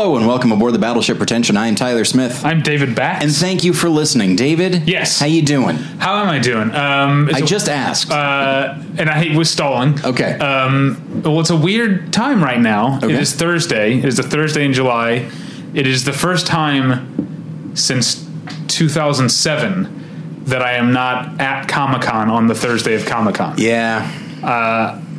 aboard the battleship Pretension. I am Tyler Smith, I'm David Bax. and thank you for listening, David. Yes. How you doing? How am I doing? Um, it's I a- just Oh. asked. Uh, and I hate was stalling. Okay. Um, well, it's a weird time right now. Okay. It is Thursday. It is the Thursday in July. It is the first time since 2007 that I am not at Comic Con on the Thursday of Comic Con. yeah.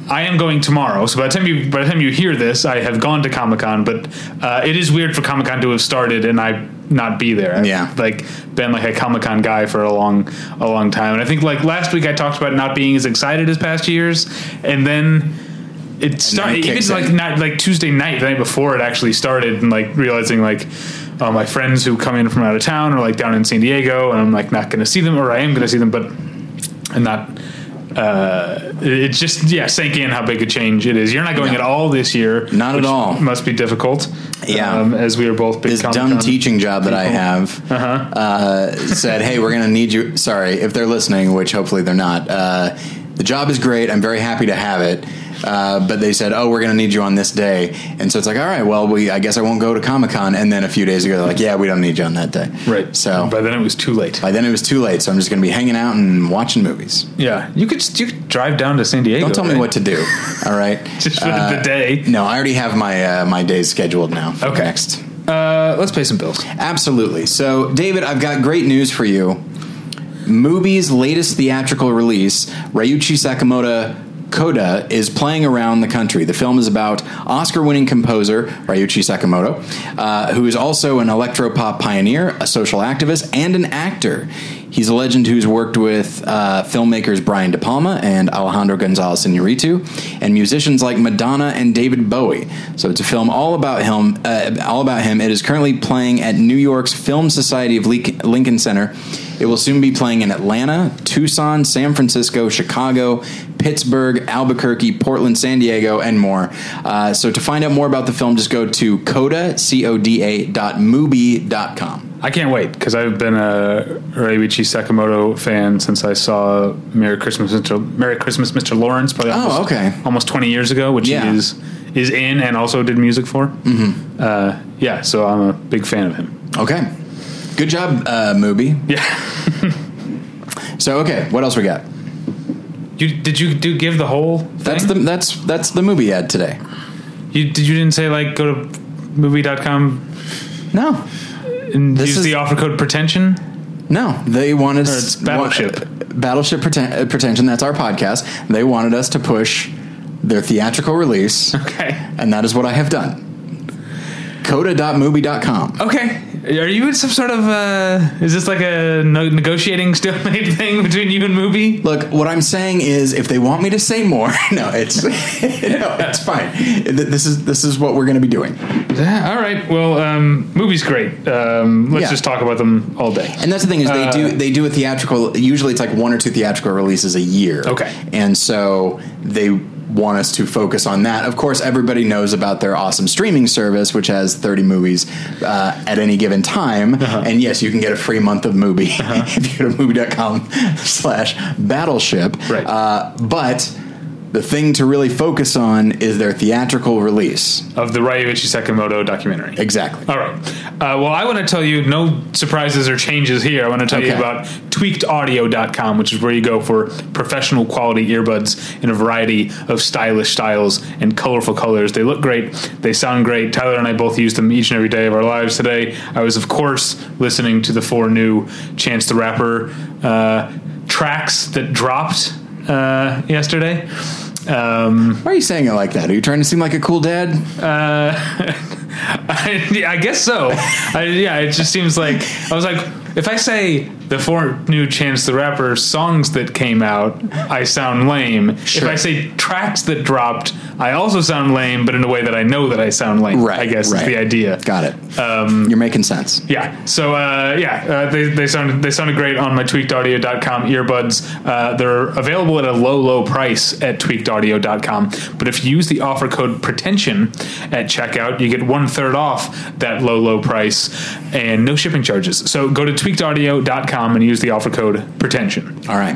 I am going tomorrow, so by the time you by the time you hear this, I have gone to Comic Con. But uh, it is weird for Comic Con to have started and I not be there. I've, Yeah. like been like a Comic Con guy for a long a long time, and I think like last week I talked about not being as excited as past years, and then it it started. Even kicks like in. not like Tuesday night, the night before it actually started, and like realizing like. Uh, my friends who come in from out of town or like down in San Diego, and I'm like not going to see them, or I am going to see them, but and not uh, it just yeah sank in how big a change it is. You're not going No. at all this year. Not at which all. Must be difficult. um, Yeah. as we are both big This Comic-Con- dumb teaching job that I have uh Uh-huh. said, "Hey, we're going to need you." Sorry, if they're listening, which hopefully they're not. Uh, the job is great. I'm very happy to have it. Uh, but they said, "Oh, we're going to need you on this day," and so it's like, "All right, well, we I guess I won't go to Comic Con." And then a few days ago, they're like, "Yeah, we don't need you on that day." Right. So by then it was too late. by then it was too late. So I'm just going to be hanging out and watching movies. Yeah. You could you could drive down to San Diego. Don't tell me right? what to do. All right. Just for Uh, the day. No, I already have my uh, my days scheduled now. for Okay. Next. Uh, let's pay some bills. Absolutely. So, David, I've got great news for you. Movie's latest theatrical release, Ryuichi Sakamoto Koda, is playing around the country. The film is about Oscar winning composer Ryuichi Sakamoto, uh, who is also an electropop pioneer, a social activist, and an actor. He's a legend who's worked with uh, filmmakers Brian De Palma and Alejandro Gonzalez Inarritu, and musicians like Madonna and David Bowie. So it's a film all about him. Uh, all about him. It is currently playing at New York's Film Society of Leak- Lincoln Center. It will soon be playing in Atlanta, Tucson, San Francisco, Chicago, Pittsburgh, Albuquerque, Portland, San Diego, and more. Uh, so to find out more about the film, just go to coda c o d a dot mubi dot com. I can't wait because I've been a Ryuichi Sakamoto fan since I saw Merry Christmas, Mr. Merry Christmas, Mr. Lawrence. Probably Oh, almost, okay. almost twenty years ago, which Yeah. he is is in and also did music for. Mm-hmm. Uh, yeah, so I'm a big fan of him. Okay, good job, uh, Mubi. Yeah, So okay, what else we got? you did you do give the whole? Thing? That's the that's that's the movie ad today. you did you didn't say like go to movie.com No, and This use is- the offer code pretension. no, they wanted it's Battleship. wa- Battleship Preten- uh, pretension. That's our podcast. They wanted us to push their theatrical release, Okay. and that is what I have done. Coda.movie.com. Okay. Are you in some sort of uh is this like a no- negotiating stalemate thing between you and movie? Look, what I'm saying is, if they want me to say more, no, it's no, it's fine. Th- This is this is what we're going to be doing. Yeah, all right. Well, um, movie's great. Um, let's Yeah. just talk about them all day. And that's the thing is they do Uh. they do a theatrical. Usually, it's like one or two theatrical releases a year. Okay. and so they want us to focus on that. Of course, everybody knows about their awesome streaming service, which has thirty movies uh, at any given time. Uh-huh. And yes, you can get a free month of movie if you go to movie.com slash battleship. Right. uh, but. The thing to really focus on is their theatrical release. Of the Ryuichi Sakamoto documentary. Exactly. All right. Uh, well, I want to tell you no surprises or changes here. I want to tell you Okay. about tweakedaudio.com, which is where you go for professional quality earbuds in a variety of stylish styles and colorful colors. They look great, they sound great. Tyler and I both use them each and every day of our lives today. I was, of course, listening to the four new Chance the Rapper uh, tracks that dropped uh, yesterday. Um, Why are you saying it like that? Are you trying to seem like a cool dad? uh, I, yeah, I guess so. I, yeah, it just seems like I was like, if I say the four new Chance the Rapper songs that came out, I sound lame. Sure. If I say tracks that dropped, I also sound lame, but in a way that I know that I sound lame. Right, I guess right. is the idea. Got it. Um, You're making sense. Yeah. So uh, yeah, uh, they they sounded they sounded great on my tweakedaudio.com earbuds. Uh, they're available at a low low price at tweakedaudio.com. But if you use the offer code pretension at checkout, you get one third off that low low price and no shipping charges. So go to tweakedaudio.com and use the offer code pretension. All right.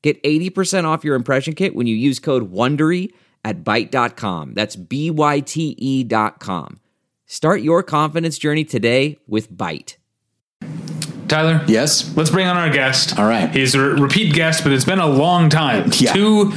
Get 80% off your impression kit when you use code WONDERY at Byte.com. That's B-Y-T-E E dot com. Start your confidence journey today with Byte. Tyler? Yes. Let's bring on our guest. All right. He's a repeat guest, but it's been a long time. Yeah. Two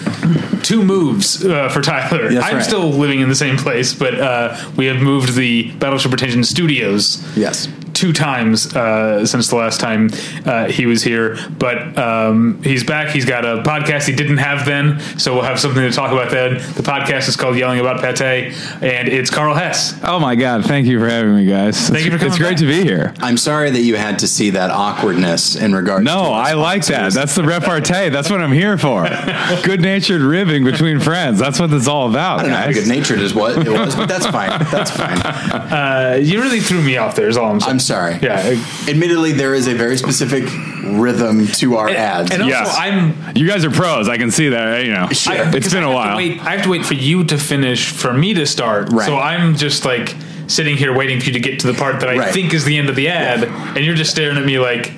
two moves uh, for Tyler. That's I'm right. still living in the same place, but uh, we have moved the Battleship Retention Studios Yes. two times uh, since the last time uh, he was here. But um, he's back. He's got a podcast he didn't have then, so we'll have something to talk about then. The podcast is called Yelling About Pate, and it's Carl Hess. Oh my God! Thank you for having me, guys. Thank you for It's coming great back. to be here. I'm sorry that you had to see that awkwardness in regards. to No, I like that. That's the repartee. That's what I'm here for. Good-natured ribbing between friends. That's what it's all about, I don't know how guys. good natured is what it was, but that's fine. That's fine. Uh, you really threw me off there. Is all I'm saying. I'm sorry. yeah. Admittedly, there is a very specific rhythm to our ads. And also, Yes. I'm you guys are pros. I can see that. You know, Sure. I- it's because been I have a to while. wait- I have to wait for you to finish for me to start. Right. So I'm just like sitting here waiting for you to get to the part that I Right. think is the end of the ad, and you're just staring at me like,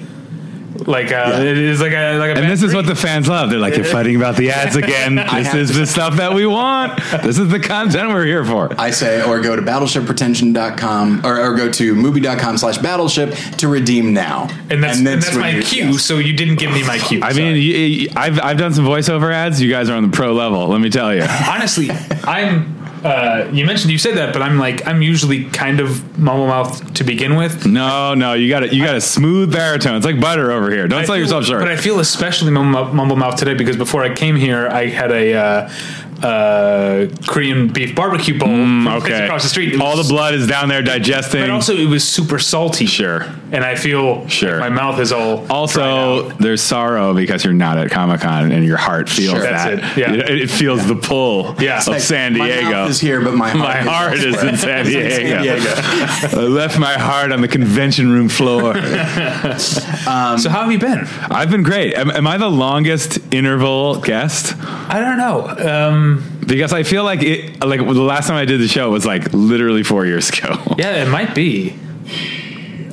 like uh, it is like a like a. And bad this is what dream. the fans love. They're like, they're fighting about the ads again. This have is the stuff that we want. This is the content we're here for. I say, or go to battleshipretention.com or, or go to movie.com slash battleship to redeem now. and that's and that's, when my you- cue. yes. So you didn't give me my cue. I Sorry. mean, you, you- I've I've done some voiceover ads. You guys are on the pro level. Let me tell you. honestly, I'm. Uh, you mentioned you said that, but I'm like I'm usually kind of mumble mouth to begin with. No, no, you got it. You got a smooth baritone. It's like butter over here. Don't I sell feel- yourself short. But I feel especially mumble, mumble mouth today because before I came here, I had a uh, uh, Korean beef barbecue bowl from a place Mm, okay. across the street. It All was- the blood is down there digesting. but also it was super salty. Sure. and I feel Sure. my mouth is all. Also, there's sorrow because you're not at Comic Con and your heart feels Sure. That's it. that. Yeah. It, it feels the pull Yeah. of Like, San My Diego. mouth is here, but my heart, My is, heart is elsewhere. in San It's in Diego. Diego. I left my heart on the convention room floor. so how have you been? I've been great. Am, am I the longest interval guest? I don't know. Um, Because I feel like it. Like the last time I did the show was like literally four years ago. yeah, it might be.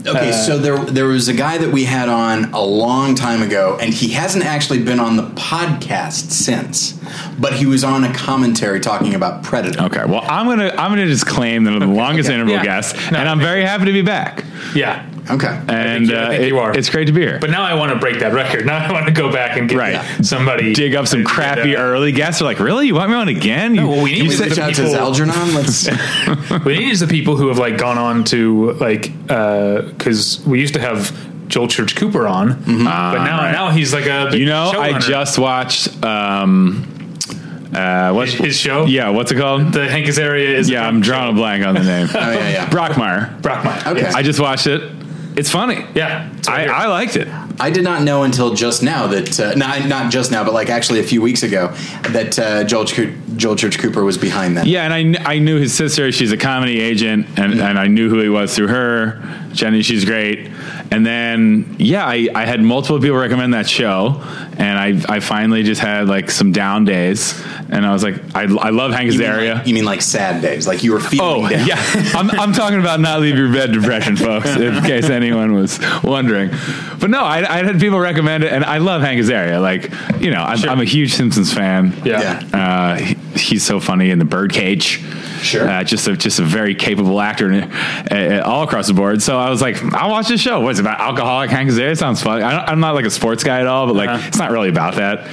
Uh, Okay, so there there was a guy that we had on a long time ago, and he hasn't actually been on the podcast since, but he was on a commentary talking about Predator. Okay. Well, I'm gonna I'm gonna just claim that I'm the longest interval Yeah. guest, No, and I'm very happy to be back. Yeah, Okay. And you- I uh, think it- you are. it's great to be here. but now I want to break that record. Now I want to go back and get Right. somebody dig up some that- crappy that, uh, early guests. Are like, really? You want me on again? You, well, we need you to said- Reach out to people- Zalgernon. Let's. But it is the people who have like gone on to like because we used to have Joel Church Cooper on, Mm-hmm. but now now he's like a big Ah, you know, I showrunner. just watched. Um, uh, what His- his show? Yeah, what's it called? the Hank Azaria is yeah, I'm drawing a blank on the name. Oh yeah, yeah. Brockmeyer. Brockmeyer. Okay. Yes. I just watched it. It's funny. yeah, it's right I, here. I liked it. I did not know until just now that uh, not not just now, but like actually a few weeks ago that uh, Joel Ch- Joel Church Cooper was behind that. Yeah, and I, kn- I knew his sister. She's a comedy agent, and, Mm-hmm. and I knew who he was through her. Jenny, she's great. And then, yeah, I, I had multiple people recommend that show, and I, I finally just had like some down days, and I was like, I, I love Hank You mean Azaria. Like, you mean like sad days, like you were feeling Oh down. yeah, I'm, I'm talking about not leave your bed depression, folks. In case anyone was wondering, but no, I, I had people recommend it, and I love Hank Azaria. Like you know, I'm, I'm a huge Simpsons fan. Yeah. Yeah. uh, he, he's so funny in the Birdcage. Sure. uh, just a just a very capable actor in, uh, uh, all across the board. So I was like, I'll watch this show. What's it about alcoholic Hank Azaria? Sounds fun. I don't, I'm not like a sports guy at all, but like Uh-huh. it's not really about that.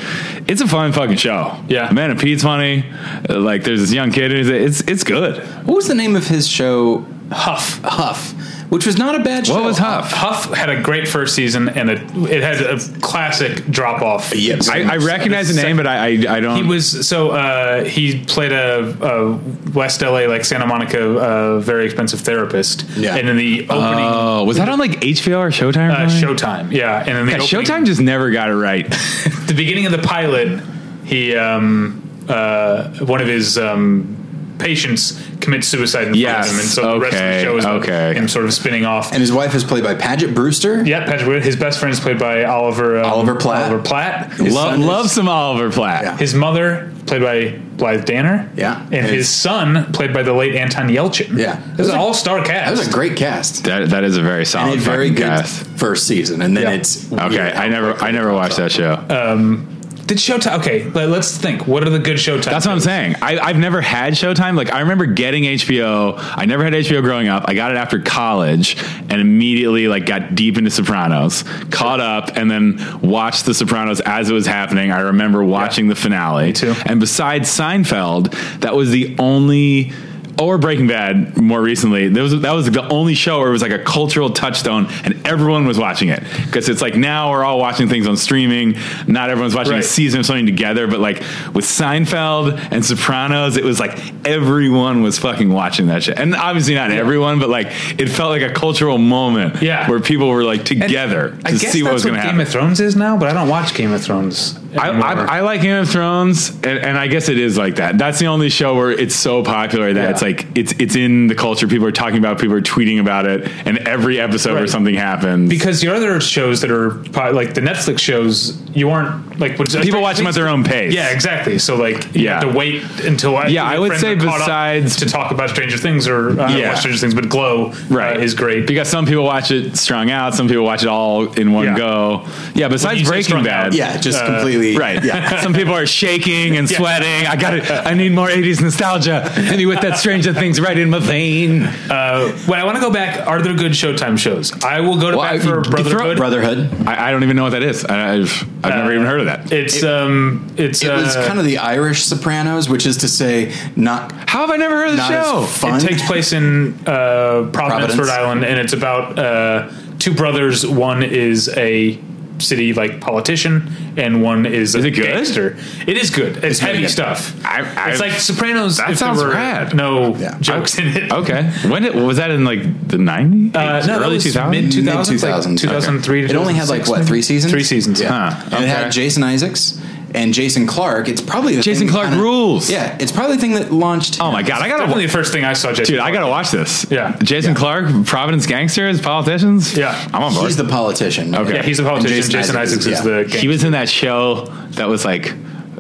It's a fun fucking show. Yeah. Man and Pete's funny. Uh, Like there's this young kid. Who's, it's it's good. What was the name of his show? Huff. Huff, which was not a bad show. What was Huff? Huff had a great first season, and a, it had a classic drop off. Yes. I, I recognize the name, but I I, I don't. He was so uh, he played a, a West LA like Santa Monica uh, very expensive therapist, Yeah. and in the opening oh, was that on like HBO or Showtime? or uh, something? Showtime, yeah, and in the Yeah, opening- Showtime just never got it right. the beginning of the pilot, he um, uh, one of his um, patients commit suicide in Yes, front of him, and so the rest of the okay, show is about okay. him sort of spinning off. And his wife is played by Paget Brewster. yeah, Patrick. Wood- His best friend is played by Oliver um, Oliver Platt. Oliver Platt. His, Love, son is- love some Oliver Platt. Yeah. his mother played by Blythe Danner. Yeah. and And- his son played by the late Anton Yelchin. Yeah. it was an all-star cast. That was a great cast. That that is a very And a solid very very good cast. first season. And then Yeah. Uh, it's Okay, weird. I never I never watched that show. Did Showtime? Okay, let, us think. What are the good Showtime? That's what I'm saying. I, I've never had Showtime. Like I remember getting HBO. I never had HBO growing up. I got it after college and immediately like got deep into Sopranos, caught up, and then watched The Sopranos as it was happening. I remember watching the finale. too. And besides Seinfeld, that was the only. Or Breaking Bad, more recently, that was that was the only show where it was like a cultural touchstone, and everyone was watching it because it's like now we're all watching things on streaming. Not everyone's watching Right. a season of something together, but like with Seinfeld and Sopranos, it was like everyone was fucking watching that shit, and obviously not everyone, but like it felt like a cultural moment, Yeah. where people were like And together I to guess see what that's was going to Game happen. of Thrones is now, but I don't watch Game of Thrones. I, anymore. I, I like Game of Thrones, and, and I guess it is like that. That's the only show where it's so popular that Yeah. it's like it's it's in the culture. People are talking about, it, people are tweeting about it, and every episode where Right. something happens, because your other shows that are po- like the Netflix shows, you aren't like what- people watch them at their own pace. Yeah, exactly. So like, you Yeah. have to wait until uh, your Yeah, I would friends say are caught up besides- to talk about Stranger Things or uh, Yeah. yeah. Stranger Things, but Glow Right. uh, is great. because some people watch it strung out, some people watch it all in one Yeah. go. Yeah, you besides say Breaking strung Bad, out- Yeah, just Uh, completely. Right. Yeah. Some people are shaking and Yeah. sweating. I got it. I need more 80s nostalgia. And you with that Stranger Things right in my vein. Uh, wait, I want to go back. Are there good Showtime shows? I will go to Well, I- back for you throw- Brotherhood. Brotherhood. I, I don't even know what that is. I, I've, I've Uh, never even heard of that. It's um, it's It uh, was kind of the Irish Sopranos, which is to say, not How have I never heard of the not show? as fun. It takes place in uh, Providence, Providence. Rhode Island, and it's about uh, two brothers. One is a city like politician, and one is, Is a it good? gangster. It is good. It's, heavy good. stuff. I- I've- it's like Sopranos. That if sounds there were rad. No Yeah. jokes in it. okay. When it, was that in like the 90s? Uh, no, early early 2000s? mid two thousands, Mid- like two thousand three. It only had like what three seasons? Three seasons. Yeah. Huh, And it had okay. Jason Isaacs and Jason Clark. It's probably the Jason thing that Clark rules. Yeah, it's probably the thing that launched. oh my God. I got Definitely to. the first thing I saw. Jason Dude, I gotta watch this. Yeah. Jason Clark, Providence gangsters, politicians. Yeah. I'm on board. He's the politician. right? Okay. oh, Yeah, he's a politician. And Jason, Isaacs is yeah. the. He was in that show that was like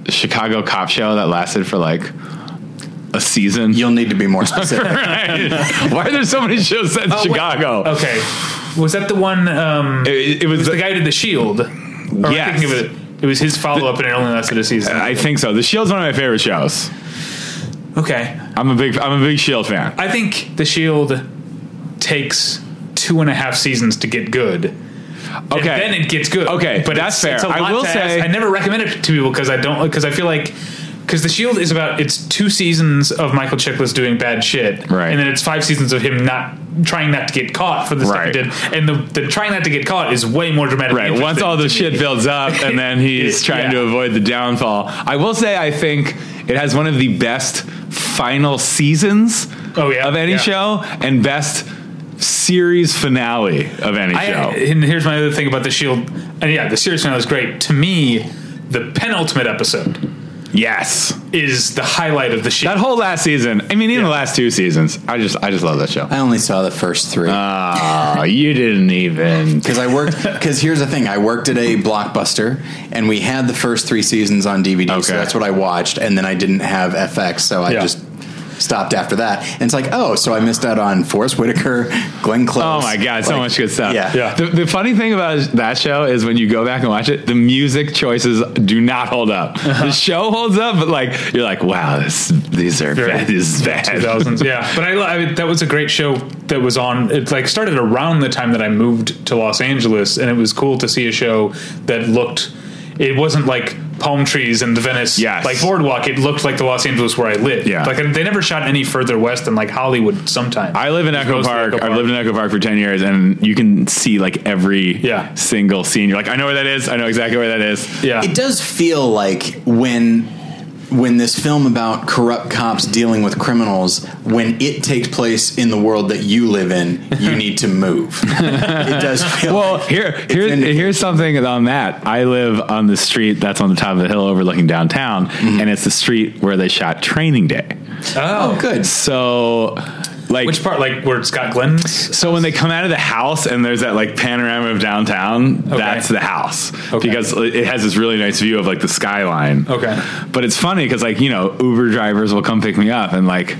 a Chicago cop show that lasted for like a season. You'll need to be more specific. Right. Why are there so many shows set in wait. Chicago? Okay, was that the one? Um, It, it was. was the the- guy who did the Shield. Or am I Yes. thinking of it. It was his follow up, and it only lasted a season. I think so. The Shield's one of my favorite shows. okay, I'm a big. I'm a big Shield fan. I think the Shield takes two and a half seasons to get good. Okay. and then it gets good. Okay, but it's- that's fair. It's a I lot will to say- ask. I never recommend it to people because I don't because I feel like. Because the Shield is about it's two seasons of Michael Chiklis doing bad shit, Right. And then it's five seasons of him not trying not to get caught for the Right. stuff he did. And the, the trying not to get caught is way more dramatic. and Right. Once interesting all the to shit me. builds up, and then he's Yeah. trying to avoid the downfall. I will say, I think it has one of the best final seasons Oh, yeah. of any Yeah. show, and best series finale of any I, show. and here's my other thing about the Shield. And yeah, the series finale is great. To me, the penultimate episode Yes. is the highlight of the Shield. That whole last season. I mean, even the last two seasons. I just, I just love that show. I only saw the first three. Uh, Oh, you didn't even. because I worked. Because here's the thing: I worked at a blockbuster, and we had the first three seasons on DVD. So Okay. that's what I watched, and then I didn't have FX, so I Yeah. just stopped after that. And it's like, oh, so I missed out on Forrest Whitaker, Glenn Close. Oh my god, so Like, much good stuff. Yeah. Yeah. The, the funny thing about that show is when you go back and watch it, the music choices do not hold up. Uh-huh. The show holds up, but like you're like, wow, this, these are Very- bad. This is bad. 2000s. yeah, but I, lo- I mean, that was a great show that was on. It like started around the time that I moved to Los Angeles, and it was cool to see a show that looked. It wasn't like palm trees and the Venice Yes. like boardwalk. It looked like the Los Angeles where I lived. Yeah. like they never shot any further west than like Hollywood. Sometimes I live in Echo mostly Park. Echo I've Park. lived in Echo Park for ten years, and you can see like every Yeah. single scene. You're like, I know where that is. I know exactly where that is. yeah, It does feel like when when this film about corrupt cops dealing with criminals, when it takes place in the world that you live in, you need to move. it does feel Well, like here, it's here's, indicated. here's something on that. I live on Mm-hmm. the street that's on the top of the hill overlooking downtown, and it's the street where they shot Training Day. Oh, Good. So, like, Which part? Like where it's got Glenn's? So when they come out of the house and there's that like panorama of downtown, that's the house Okay. because it has this really nice view of like the skyline. Okay. But it's funny because like you know Uber drivers will come pick me up and like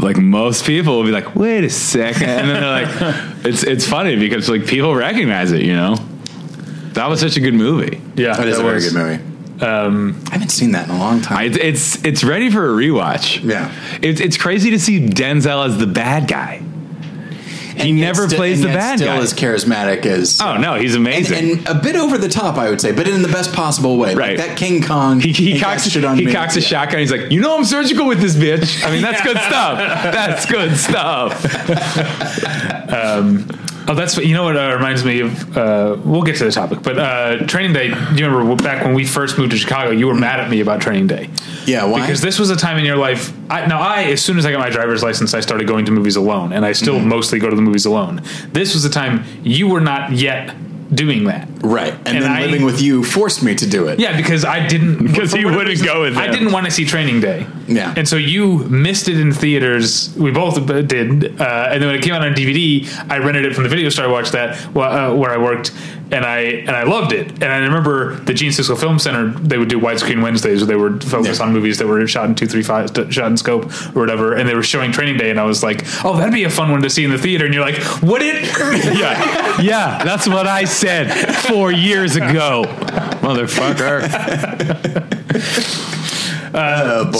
like most people will be like wait a second and then they're like it's it's funny because like people recognize it you know that was such a good movie Yeah, That is a that very was- good movie. Um, I haven't seen that in a long time. I, it's it's ready for a rewatch Yeah. it's it's crazy to see Denzel as the bad guy he And yet never sti- plays and the yet bad still guy as charismatic as oh no he's and, amazing and a bit over the top, I would say, but in the best possible way. Right. Like that King Kong. He, he and cocks, that shit on he me. cocks a shotgun. He's like, you know, I'm surgical with this bitch. I mean, that's good stuff. That's good stuff. oh, that's what, you know what uh, reminds me of. Uh, we'll get to the topic, but uh, Training Day. You remember back when we first moved to Chicago, you were mad at me about Training Day. Yeah, why? Because this was a time in your life. I, now, I as soon as I got my driver's license, I started going to movies alone, and I still mostly go to the movies alone. This was a time you were not yet doing that. right. And, and then I- living with you forced me to do it. Yeah, because I didn't Because for he whatever wouldn't go with I them. didn't want to see Training Day. Yeah. and so you missed it in theaters. We both b- did, uh, and then when it came out on DVD, I rented it from the video store. I watched that wh- uh, where I worked, and I and I loved it. And I remember the Gene Siskel Film Center. They would do widescreen Wednesdays where they would focus Yeah. on movies that were shot in two three five, st- shot in scope or whatever. And they were showing Training Day, and I was like, "Oh, that'd be a fun one to see in the theater." And you're like, "Would it?" Yeah. Yeah. That's what I said four years ago. Motherfucker.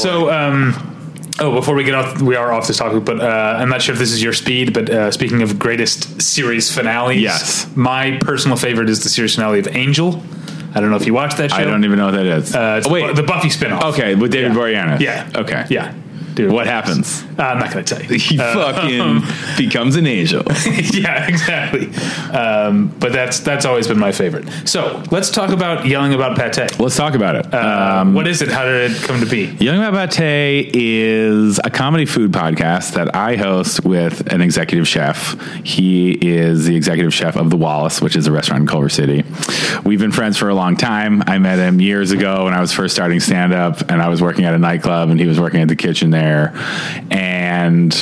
So, um, oh, before we get off, we are off this topic, but uh, I'm not sure if this is your speed. But uh, speaking of greatest series finales, Yes. my personal favorite is the series finale of Angel. I don't know if you watched that show. I don't even know what that is. Uh, it's Oh, wait. the Buffy spinoff. okay. With David Boreanaz. Yeah. Okay. Yeah. Dude, what happens? Uh, I'm not going to tell you. He fucking becomes an angel. yeah, exactly. Um, but that's that's always been my favorite. So let's talk about yelling about pate. Let's talk about it. Um, what is it? How did it come to be? Young Mabate is a comedy food podcast that I host with an executive chef. He is the executive chef of The Wallace, which is a restaurant in Culver City. We've been friends for a long time. I met him years ago when I was first starting stand up, and I was working at a nightclub, and he was working at the kitchen there. And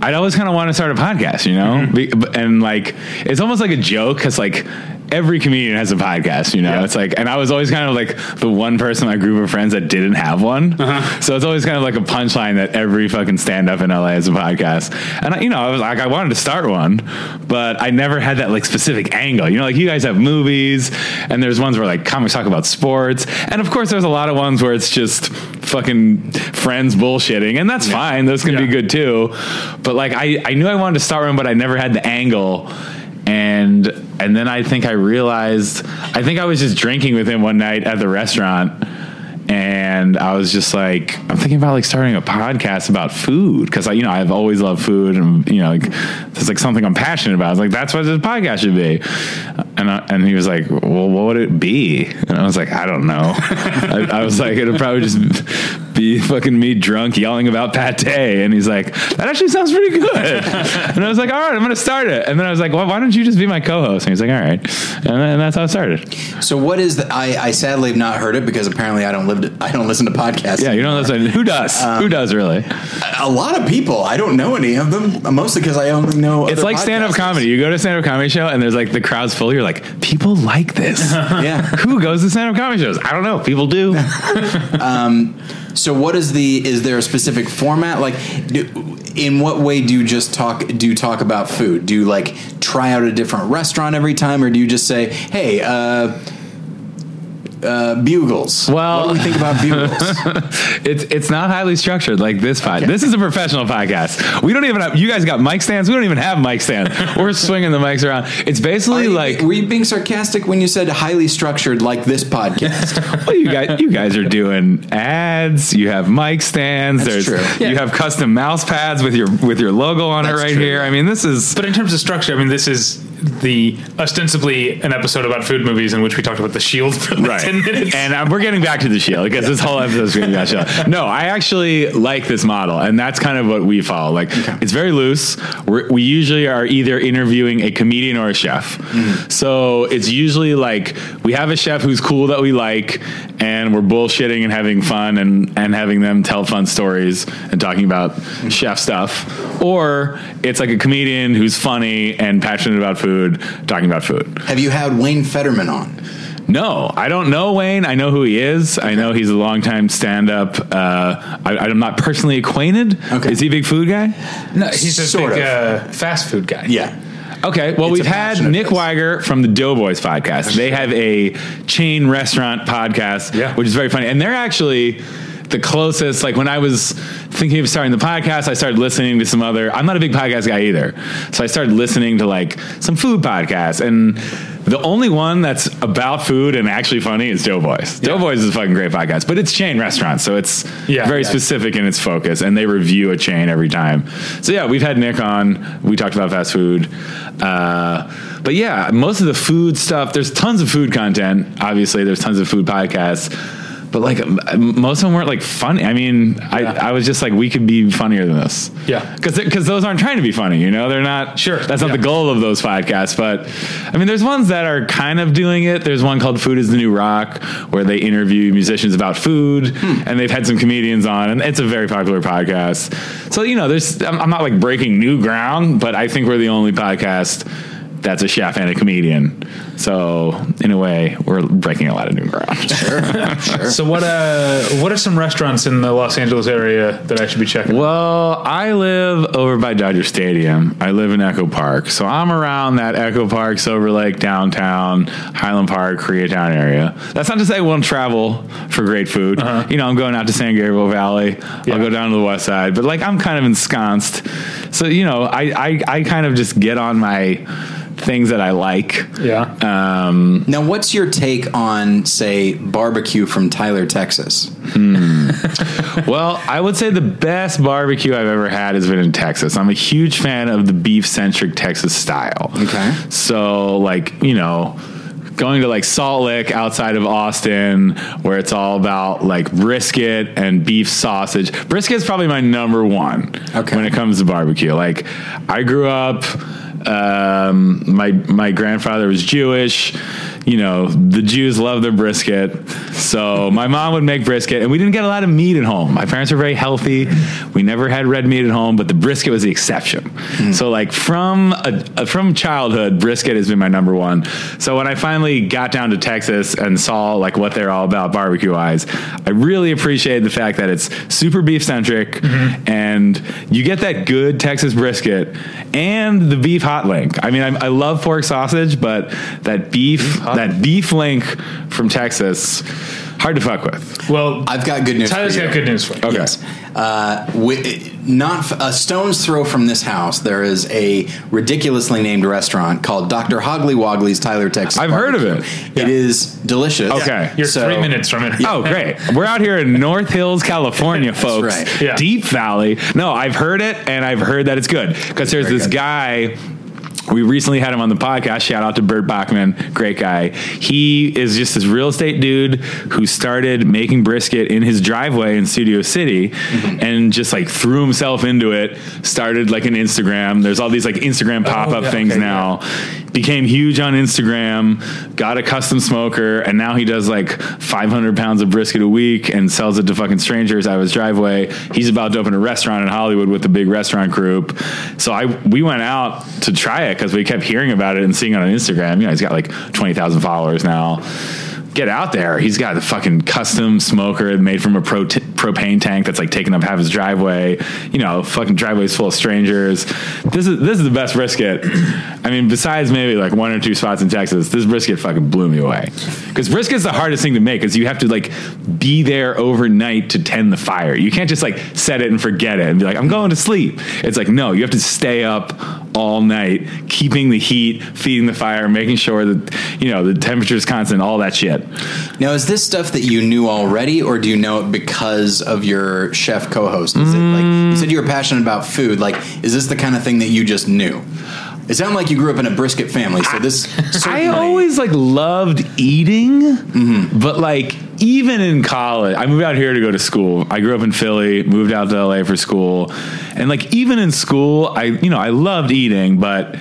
I'd always kind of want to start a podcast, you know, Be- b- and like it's almost like a joke because like every comedian has a podcast, you know. It's like, and I was always kind of like the one person in my group of friends that didn't have one, so it's always kind of like a punchline that every fucking stand up in LA has a podcast. And I, you know, I was like, I wanted to start one, but I never had that like specific angle, you know. Like you guys have movies, and there's ones where like comics talk about sports, and of course there's a lot of ones where it's just fucking friends bullshitting, and that's fine. Those can be Yeah. good good too. But like I, I knew I wanted to start one, but I never had the angle. And and then I think I realized I think I was just drinking with him one night at the restaurant and I was just like I'm thinking about like starting a podcast about food because I you know I've always loved food and you know like it's like something I'm passionate about. I was like that's what this podcast should be. And I, and he was like, "Well, what would it be?" And I was like, "I don't know." I, I was like, "It'd probably just be fucking me drunk yelling about pate." And he's like, "That actually sounds pretty good." and I was like, "All right, I'm gonna start it." And then I was like, "Well, why don't you just be my co-host?" And he's like, "All right," and, then- and that's how it started. So what is the? I, I sadly have not heard it because apparently I don't live. I don't listen to podcasts. Yeah, you know, that's who does who does really. A lot of people. I don't know any of them. Mostly because I only know. It's other like stand up podcasters. comedy. You go to a stand up comedy show and there's like the crowd's full. You're like, people like this. Yeah. Who goes to stand up comedy shows? I don't know. People do. So what is the is there a specific format like do, in what way do you just talk do you talk about food? Do you like try out a different restaurant every time or do you just say, "Hey, uh uh, bugles. Well- what do we think about bugles? it's it's not highly structured like this pod. This is a professional podcast. We don't even have you guys got mic stands. We don't even have mic stands. We're swinging the mics around. It's basically like were you being sarcastic when you said highly structured like this podcast? well, you guys you guys are doing ads. You have mic stands. That's there's true. you have custom mouse pads with your with your logo on That's it right true. here. I mean, this is But in terms of structure, I mean, this is the ostensibly an episode about food movies in which we talked about the Shield for like right. ten minutes. And um, we're getting back to the shield because this whole episode's going to be about shield. No, I actually like this model, and that's kind of what we follow. Like, it's very loose. We're, we usually are either interviewing a comedian or a chef, Mm-hmm. so it's usually like we have a chef who's cool that we like, and we're bullshitting and having fun and and having them tell fun stories and talking about Mm-hmm. chef stuff, or it's like a comedian who's funny and passionate about food talking about food. Have you had Wayne Fetterman on? No, I don't know Wayne. I know who he is. I know he's a longtime stand-up. Uh, I, I'm not personally acquainted. Okay. Is he a big food guy? no, he's a Sort big of. uh, fast food guy. Yeah. Okay. Well, It's we've a had passionate Nick place. Weiger from the Doughboys podcast. They have a chain restaurant podcast, Yeah. which is very funny. And they're actually the closest. Like when I was thinking of starting the podcast, I started listening to some other. I'm not a big podcast guy either, so I started listening to like some food podcasts and. The only one that's about food and actually funny is Doughboys. Doughboys is a fucking great podcast, but it's chain restaurants, so it's Yeah. very Yeah. specific in its focus, and they review a chain every time. So yeah, we've had Nick on. We talked about fast food, uh, but yeah, most of the food stuff. There's tons of food content. Obviously, there's tons of food podcasts, but like m- m- most of them weren't like funny. I mean, I, I was just like, we could be funnier than this. Yeah. because because those aren't trying to be funny. You know, they're not. Sure. that's not Yeah. the goal of those podcasts. But I mean, there's ones that are kind of doing it. There's one called Food is the New Rock, where they interview musicians about food, Hmm. and they've had some comedians on, and it's a very popular podcast. So, you know, there's, I'm, I'm not like breaking new ground, but I think we're the only podcast that's a chef and a comedian. So, in a way, we're breaking a lot of new ground. So what? Uh, what are some restaurants in the Los Angeles area that I should be checking? Well, I live over by Dodger Stadium. I live in Echo Park. So I'm around that Echo Park, Silver Lake, downtown, Highland Park, Koreatown area. That's not to say I won't travel for great food. You know, I'm going out to San Gabriel Valley. I'll go down to the west side. But like I'm kind of ensconced. So, you know, I, I, I kind of just get on my things that I like. Yeah. Um, Now, what's your take on, say, barbecue from Tyler, Texas? Well, I would say the best barbecue I've ever had has been in Texas. I'm a huge fan of the beef centric Texas style. Okay. So, like, you know, going to like Salt Lick outside of Austin, where it's all about like brisket and beef sausage. Brisket is probably my number one Okay. when it comes to barbecue. Like, I grew up. Um, my my grandfather was Jewish. You know, the Jews love their brisket. So my mom would make brisket, and we didn't get a lot of meat at home. My parents were very healthy. We never had red meat at home, but the brisket was the exception. So like from a, a- from childhood, brisket has been my number one. So when I finally got down to Texas and saw like what they're all about barbecue wise, I really appreciated the fact that it's super beef centric, and you get that good Texas brisket and the beef hot link. I mean, I, I love pork sausage, but that beef that beef link from Texas, hard to fuck with. Well, I've got good news. Tyler's for you. got good news for you. Okay. Yes. Uh, wi- not f- a stone's throw from this house, there is a ridiculously named restaurant called Dr. Hoggly Woggly's Tyler, Texas. I've heard of Barbecue. It it. is delicious. Okay. You're So- three minutes from it. Oh, great. We're out here in North Hills, California, folks. right. Yeah. Deep Valley. No, I've heard it and I've heard that it's good because there's very this good. guy. We recently had him on the podcast. Shout out to Bert Bachman, great guy. He is just this real estate dude who started making brisket in his driveway in Studio City Mm-hmm. and just like threw himself into it. Started like an Instagram. There's all these like Instagram pop up Oh, yeah, things okay, now yeah. became huge on Instagram, got a custom smoker, and now he does like 500 pounds of brisket a week and sells it to fucking strangers out of his driveway. He's about to open a restaurant in Hollywood with a big restaurant group. So I we went out to try it because we kept hearing about it and seeing it on Instagram. You know, he's got like 20,000 followers now. Get out there. He's got the fucking custom smoker made from a pro propane tank that's like taking up half his driveway. You know, fucking driveway's full of strangers. This is this is the best brisket. I mean, besides maybe like one or two spots in Texas, this brisket fucking blew me away. Because brisket's the hardest thing to make because you have to like be there overnight to tend the fire. You can't just like set it and forget it and be like, I'm going to sleep. It's like, no, you have to stay up all night, keeping the heat, feeding the fire, making sure that, you know, the temperature is constant, all that shit. Now, is this stuff that you knew already, or do you know it because of your chef co host? Is it like you said you were passionate about food? Like, is this the kind of thing that you just knew? It sounded like you grew up in a brisket family, so this. I certainly- always like loved eating, but like even in college, I moved out here to go to school. I grew up in Philly, moved out to LA for school, and like even in school, I you know I loved eating, but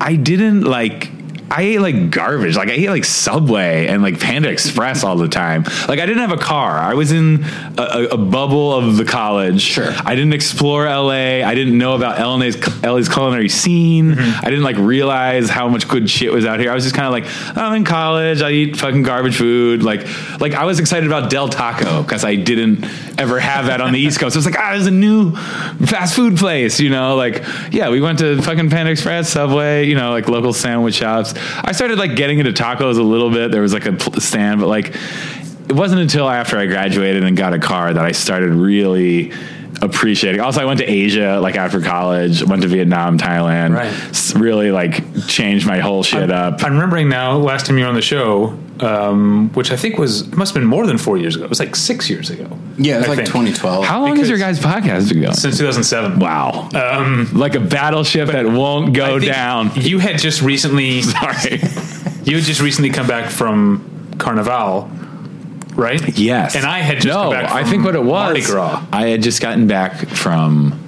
I didn't like. I ate like garbage. Like I ate like Subway and like Panda Express all the time. Like I didn't have a car. I was in a, a, a bubble of the college. Sure. I didn't explore LA. I didn't know about LA's, LA's culinary scene. I didn't like realize how much good shit was out here. I was just kind of like, I'm in college. I eat fucking garbage food. Like, like I was excited about Del Taco because I didn't ever have that on the East Coast. It was like, ah, there's a new fast food place. You know, like yeah, we went to fucking Panda Express, Subway. You know, like local sandwich shops. I started like getting into tacos a little bit. There was like a pl- stand, but like it wasn't until after I graduated and got a car that I started really appreciating. Also, I went to Asia like after college, went to Vietnam, Thailand, Right. Um, S- really like changed my whole shit up. I'm remembering now. Last time you were on the show, um, which I think was it must have been more than four years ago. It was like six years ago. yeah, it was I like think. 2012. How long has your guys' because- podcast been going? since 2007. wow, like a battleship that won't I go think down. You had just recently. Sorry. You had just recently come back from Carnival, right? Yes. And I had just no. come back I from think what it was. Mardi Gras. I had just gotten back from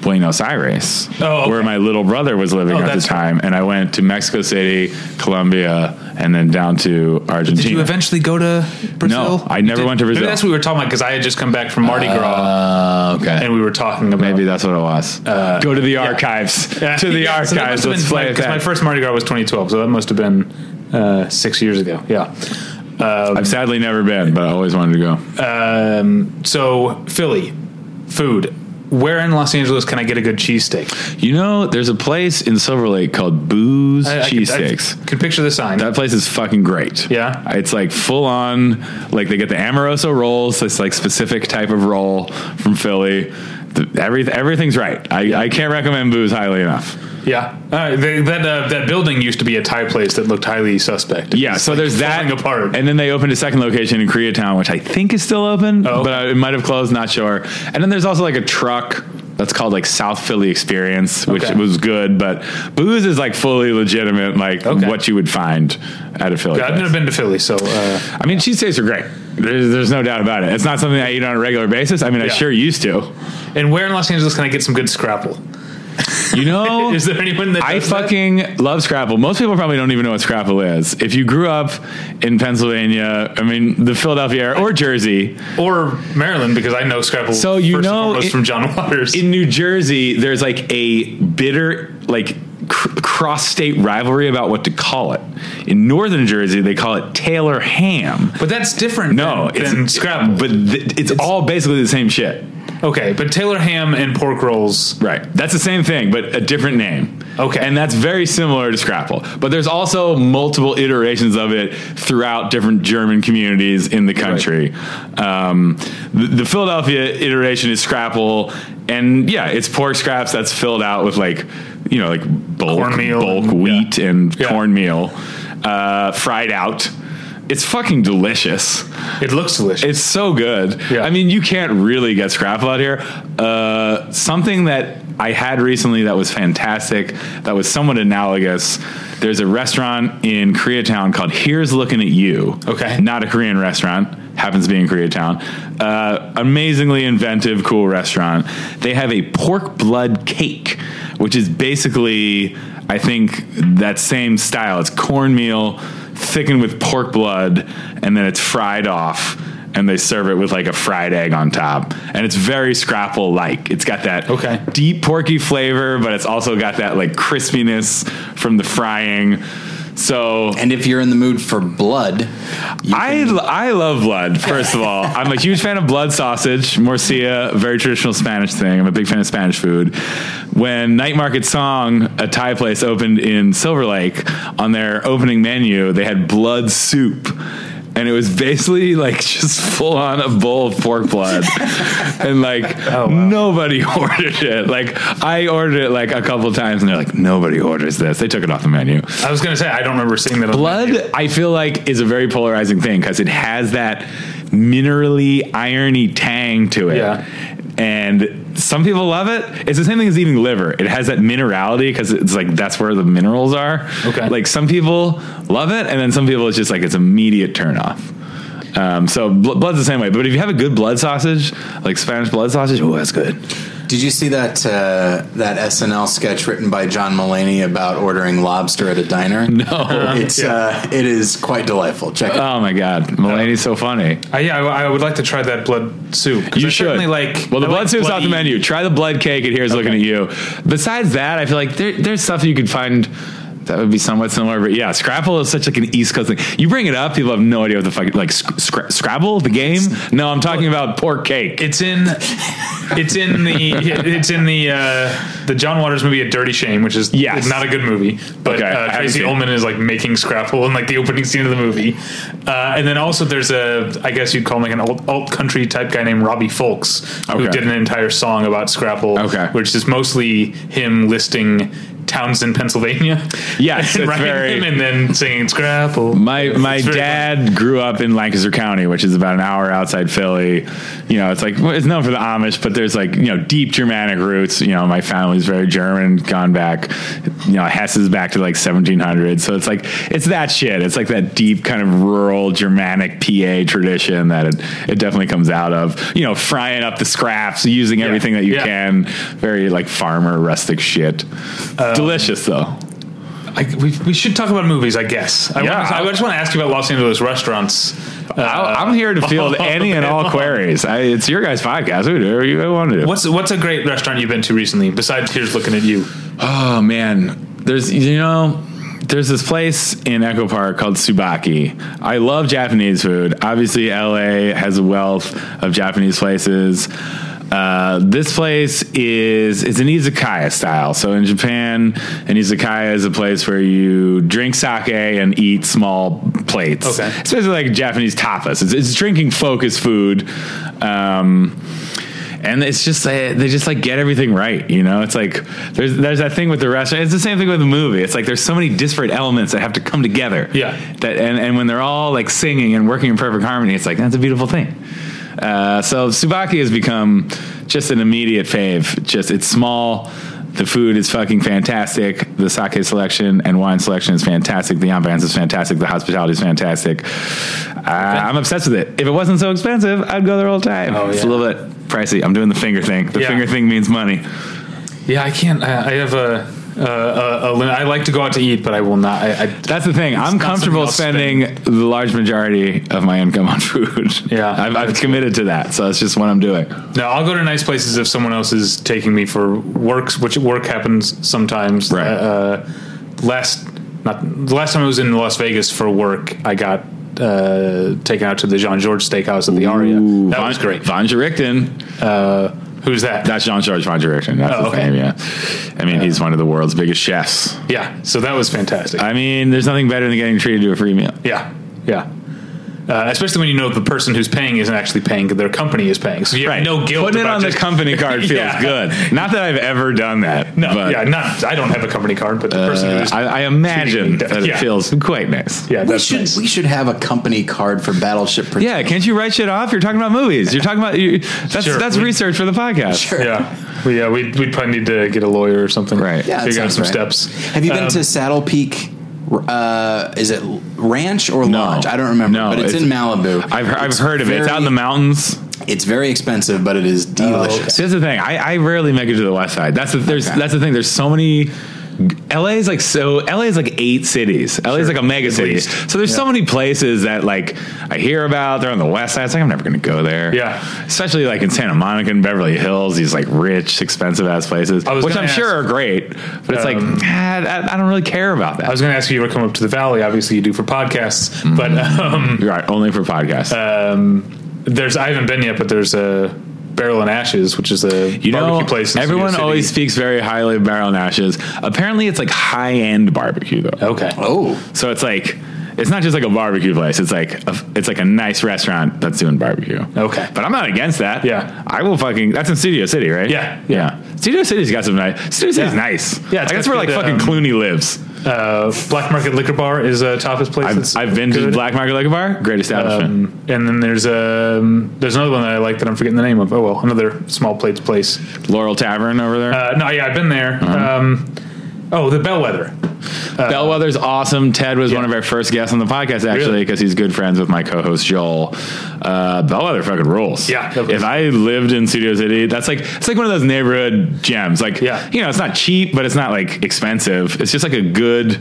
Buenos Aires, Oh, okay. where my little brother was living Oh, at the that's time, and I went to Mexico City, Colombia, and then down to Argentina. Did you eventually go to Brazil? I never Did- went to Brazil. Maybe that's what we were talking about because I had just come back from Mardi Gras Uh, okay. and we were talking about Maybe that's what it was. Go to the archives. Yeah. To the Yeah, so that must archives. have Let's been play my, it 'cause my back. first Mardi Gras was 2012, so that must have been uh, six years ago. Yeah. Um, I've sadly never been, but I always wanted to go. Uh, um, so Philly food. Where in Los Angeles can I get a good cheesesteak? You know, there's a place in Silver Lake called Booze I- I could- I Cheesesteaks. Could picture the sign. That place is fucking great. Yeah? It's like full on, like they get the Amoroso rolls, this like specific type of roll from Philly. The, every, everything's right. I, I can't recommend booze highly enough. yeah, uh, they, that uh, that building used to be a Thai place that looked highly suspect. Yeah, so there's that. falling apart. And then they opened a second location in Koreatown, which I think is still open, Oh, okay. but it might have closed, not sure. And then there's also like a truck that's called like South Philly Experience, which Okay. was good, but booze is like fully legitimate, like Okay. what you would find at a Philly. Yeah, I've place. never been to Philly, so uh, I mean, cheesesteaks are great. There's, there's no doubt about it. It's not something I eat on a regular basis. I mean, I Yeah. sure used to. and where in Los Angeles can I get some good Scrapple? You know, Is there anyone that I does that? fucking love Scrapple. Most people probably don't even know what Scrapple is. If you grew up in Pennsylvania, I mean, the Philadelphia area or Jersey, or Maryland because I know Scrapple. So you first and know foremost it- from John Waters. in New Jersey, there's like a bitter, like cr- cross state rivalry about what to call it. In northern Jersey, they call it Taylor ham. but that's different. No, than, than Scrapple. But th- it's all basically the same shit. okay, but Taylor ham and pork rolls. Right. That's the same thing, but a different name. Okay. And that's very similar to Scrapple. But there's also multiple iterations of it throughout different German communities in the country. Um, the, the Philadelphia iteration is Scrapple. And yeah, it's pork scraps that's filled out with like, you know, like bulk, Cornmeal bulk and- wheat and Yeah. cornmeal uh, fried out. It's fucking delicious. It looks delicious. It's so good. Yeah. I mean, you can't really get Scrapple out here. Uh, something that I had recently that was fantastic, that was somewhat analogous. There's a restaurant in Koreatown called Here's Looking at You. Okay. Not a Korean restaurant. Happens to be in Koreatown. Uh, amazingly inventive, cool restaurant. They have a pork blood cake, which is basically, I think, that same style. It's cornmeal thickened with pork blood, and then it's fried off, and they serve it with like a fried egg on top. And it's very scrapple like. It's got that Okay. deep porky flavor, but it's also got that like crispiness from the frying. So and if you're in the mood for blood, you I, I love blood, first of all. I'm a huge fan of blood sausage, morcilla, a very traditional Spanish thing. I'm a big fan of Spanish food. When Night Market Song, a Thai place, opened in Silver Lake, on their opening menu, they had blood soup. And it was basically like just full on a bowl of pork blood. and like nobody ordered it. Like I ordered it like a couple times and they're like, nobody orders this. They took it off the menu. I was gonna say I don't remember seeing that. on the menu. Blood, I feel like, is a very polarizing thing because it has that minerally, irony tang to it. Yeah. And Some people love it. It's the same thing as eating liver. It has that minerality because it's like that's where the minerals are. Okay. Like some people love it, and then some people it's just like it's immediate turn off. Um, so bl- blood's the same way. But if you have a good blood sausage, like Spanish blood sausage, oh, that's good. Did you see that uh, that SNL sketch written by John Mulaney about ordering lobster at a diner? No, it's uh, it is quite delightful. Check it. out. Oh my god, Mulaney's so funny. Uh, yeah, I, I would like to try that blood soup. 'cause You I should. certainly Like, well, the I blood like soup's off the bloody- menu. Try the blood cake, and here's looking at you. Besides that, I feel like there, there's stuff you could find that would be somewhat similar. But yeah, Scrapple is such like an East Coast thing. You bring it up, people have no idea what the fuck. Like sc- scra- Scrabble, the game. No, I'm talking about pork cake. It's in, it's in the, it's in the uh, the John Waters movie, A Dirty Shame, which is Yes. not a good movie. But Okay, I uh, haven't Tracy seen it. Ullman is like making Scrapple in like the opening scene of the movie, uh, and then also there's a, I guess you'd call him like an alt, alt country type guy named Robbie Folks, who Okay. did an entire song about Scrapple, Okay. which is mostly him listing towns in Pennsylvania, Yes, and it's writing very- them and then singing Scrapple. My my It's very dad grew up in Lancaster County, which is about an hour outside Philly. You know, it's like well, it's known for the Amish, but there's like you know deep Germanic roots. You know, my family's very German, gone back. You know, Hess is back to like 1700, so it's like it's that shit. It's like that deep kind of rural Germanic PA tradition that it, it definitely comes out of. You know, frying up the scraps, using everything that you Yeah. can. Very like farmer rustic shit. Um, Delicious though. I, we, we should talk about movies, I guess. I, Yeah. wanna- I just want to ask you about Los Angeles restaurants. Uh, I, I'm here to field any and all queries. I, it's your guys' podcast. We do whatever you want to do. What's what's a great restaurant you've been to recently? Besides, here's looking at you. Oh man, there's you know, there's this place in Echo Park called Subaki. I love Japanese food. Obviously, LA has a wealth of Japanese places. Uh, this place is it's an izakaya style. So in Japan, an izakaya is a place where you drink sake and eat small plates. Okay. it's basically like Japanese tapas. It's, it's drinking focused food. Um, and it's just they, they just like get everything right you know it's like there's there's that thing with the restaurant it's the same thing with the movie it's like there's so many disparate elements that have to come together Yeah. that and, and when they're all like singing and working in perfect harmony it's like that's a beautiful thing uh, so subaki has become just an immediate fave just it's small the food is fucking fantastic. The sake selection and wine selection is fantastic. The ambiance is fantastic. The hospitality is fantastic. Uh, I'm obsessed with it. If it wasn't so expensive, I'd go there all the time. Oh, It's a yeah. little bit pricey. I'm doing the finger thing. The Yeah. finger thing means money. Yeah, I can't. I, I have a. Uh, a, a lim- I like to go out to eat, but I will not. I, I, That's the thing. I'm not comfortable something I'll spending the large majority of my income on food. Yeah. I've, I've committed to that. So it's just what I'm doing. no, I'll go to nice places if someone else is taking me for works, which work happens sometimes. Right. Uh, last not the last time I was in Las Vegas for work, I got uh, taken out to the Jean Georges Steakhouse at the Aria. Ooh, that Von- was great. Von Jerichten. Who's that? That's Jean George Von Jerichten. That's Oh, his okay. name. Yeah. I mean, he's one of the world's biggest chefs. Yeah, so that was fantastic. I mean, there's nothing better than getting treated to a free meal. yeah, yeah. Uh, especially when you know the person who's paying isn't actually paying; their company is paying, so you have no guilt. Putting it about on the just- company card feels Yeah. good. Not that I've ever done that. No, but, yeah, not. I don't have a company card, but the person who uh, is. I, I treating imagine me does- that yeah. it feels quite nice. yeah, We that's should nice. we should have a company card for Battleship. Pretend. Yeah, can't you write shit off? You're talking about movies. You're talking about you, that's Sure. that's We- research for the podcast. yeah, we, yeah, we we probably need to get a lawyer or something. Right. Yeah, that figure out sounds some right. steps. Have you been Um, to Saddle Peak? Uh, is it Ranch or No. Lodge? I don't remember, No, but it's, it's- in Malibu. I've heard, I've It's heard of it. It's out in the very- mountains. It's very expensive, but it is delicious. See, that's the thing. I, I rarely make it to the west side. That's the there's Okay. that's the thing. There's so many. LA is like so. LA is like eight cities. LA is like a mega city. least. So there's so many places that like I hear about. They're on the west side. It's like I'm never going to go there. Yeah. Especially like in Santa Monica and Beverly Hills, these like rich, expensive ass places, I was which I'm gonna sure are ask- great. But it's Um, like ah, I, I don't really care about that. I was going to ask you if you ever come up to the valley. Obviously, you do for podcasts, Mm-hmm. but um, You're right. Only for podcasts. um, there's I haven't been yet, but there's a Barrel and Ashes, which is a You barbecue know, place. in Studio everyone City. always speaks very highly of Barrel and Ashes. Apparently, it's like high end barbecue though. okay. Oh, So it's like It's not just like a barbecue place. It's like a, it's like a nice restaurant that's doing barbecue. Okay. but I'm not against that. Yeah. I will fucking. That's in Studio City, right? Yeah, yeah. Studio City's got some nice. Studio City's Yeah. nice. Yeah, it's like, got that's where like good, um, fucking Clooney lives. Uh, Black Market Liquor Bar is a toughest place. I've, that's I've been to good. Black Market Liquor Bar. Great establishment. Um, and then there's um, there's another one that I like that I'm forgetting the name of. Oh well, another small plates place. Laurel Tavern over there. Uh, no, yeah, I've been there. Uh-huh. Um, oh, the Bellwether. Bellwether's awesome. Ted was yeah. one of our first guests on the podcast, actually, Really? because he's good friends with my co-host Joel. Uh, Bellwether fucking rules. Yeah, definitely. If I lived in Studio City, that's like it's like one of those neighborhood gems. Like, Yeah. you know, it's not cheap, but it's not like expensive. It's just like a good,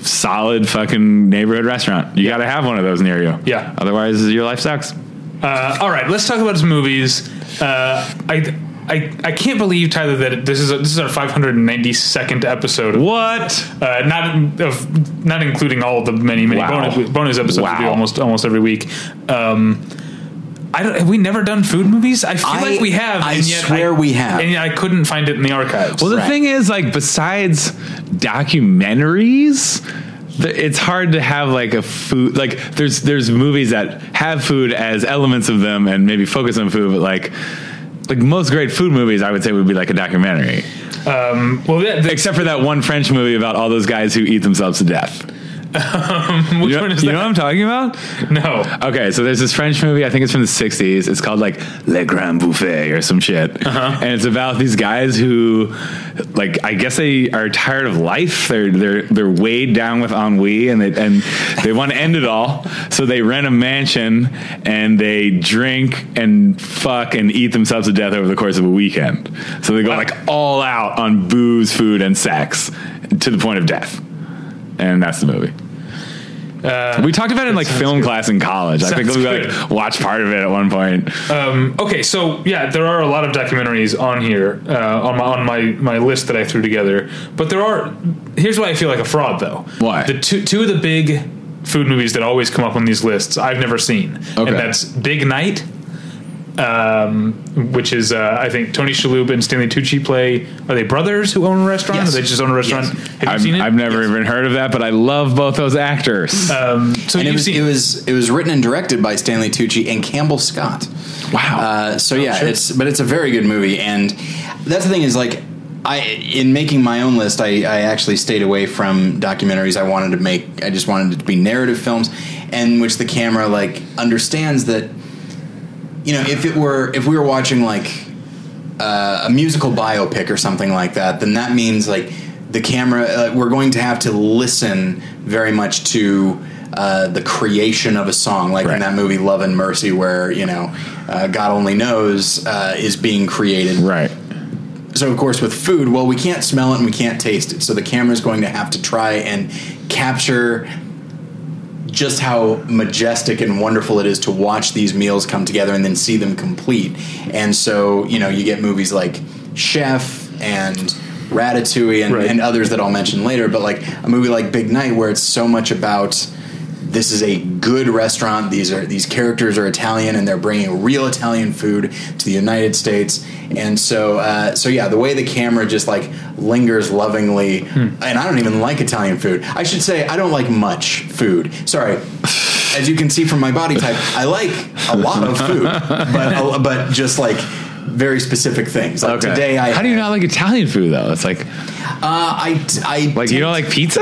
solid fucking neighborhood restaurant. You got to have one of those near you. Yeah. Otherwise, your life sucks. Uh, all right, let's talk about his movies. Uh, I, I I can't believe Tyler that this is this is our 592nd episode. What? Uh, not of not including all the many many Wow. bonus, bonus episodes we do Wow. almost almost every week. Um, I don't, have we never done food movies? I feel I- like we have. I swear we have. and yet I couldn't find it in the archives. Well, the Right. thing is, like, besides documentaries, th- it's hard to have like a food. Like, there's there's movies that have food as elements of them, and maybe focus on food. But like, like most great food movies, I would say would be like a documentary, Um, well, yeah, the- except for that one French movie about all those guys who eat themselves to death. which You know, one is you that? know what I'm talking about? no. Okay, so there's this French movie. I think it's from the '60s. It's called like Le Grand Buffet or some shit, and it's about these guys who, like, I guess they are tired of life. They're they're they're weighed down with ennui, and they and they want to end it all. So they rent a mansion and they drink and fuck and eat themselves to death over the course of a weekend. So they go like all out on booze, food, and sex to the point of death, and that's the movie. Uh, We talked about it in like film class in college. I think Sounds we good. like watched part of it at one point. Um, okay, so yeah, there are a lot of documentaries on here uh, on my on my, my list that I threw together. But there are here's why I feel like a fraud though. Why? the two two of the big food movies that always come up on these lists I've never seen, Okay. and that's Big Night, um, which is uh, I think Tony Shalhoub and Stanley Tucci play. Are they brothers who own a restaurant? Yes. Or they just own a restaurant. Yes. Have you I've, seen it? I've never even heard of that, but I love both those actors. Uh, so And it you've was, seen it was it was written and directed by Stanley Tucci and Campbell Scott. Wow. Oh, Uh, so yeah, sure. it's but it's a very good movie, and that's the thing is like I in making my own list, I, I actually stayed away from documentaries. I wanted to make, I just wanted it to be narrative films, in which the camera like understands that you know if it were if we were watching like uh, a musical biopic or something like that, then that means like the camera uh, we're going to have to listen very much to uh, the creation of a song, like in Right. that movie Love and Mercy, where you know uh, God only knows uh, is being created. right. So of course with food, well we can't smell it and we can't taste it, so the camera's going to have to try and capture just how majestic and wonderful it is to watch these meals come together and then see them complete. And so, you know, you get movies like Chef and Ratatouille and, Right. and others that I'll mention later, but like a movie like Big Night where it's so much about this is a good restaurant. These are these characters are Italian, and they're bringing real Italian food to the United States. And so, uh, so yeah, the way the camera just like lingers lovingly, Hmm. and I don't even like Italian food. I should say I don't like much food. Sorry. As you can see from my body type, I like a lot of food, but but just like very specific things. Like today, I How do you not like Italian food though? It's like Uh, I I like you don't like pizza.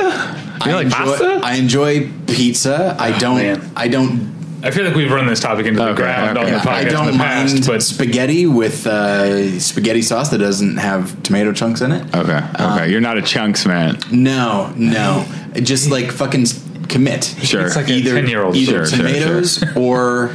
You I don't like enjoy, pasta. Ah, I enjoy pizza. I don't. man. I don't I feel like we've run this topic into the Okay, ground on okay. the Yeah, podcast I in don't the mind past, but spaghetti with uh, spaghetti sauce that doesn't have tomato chunks in Oh. it. okay. Okay. You're not a chunks man. No, no, just like fucking s- commit. Sure. It's like a 10-year-old. either Sure, sure, tomatoes or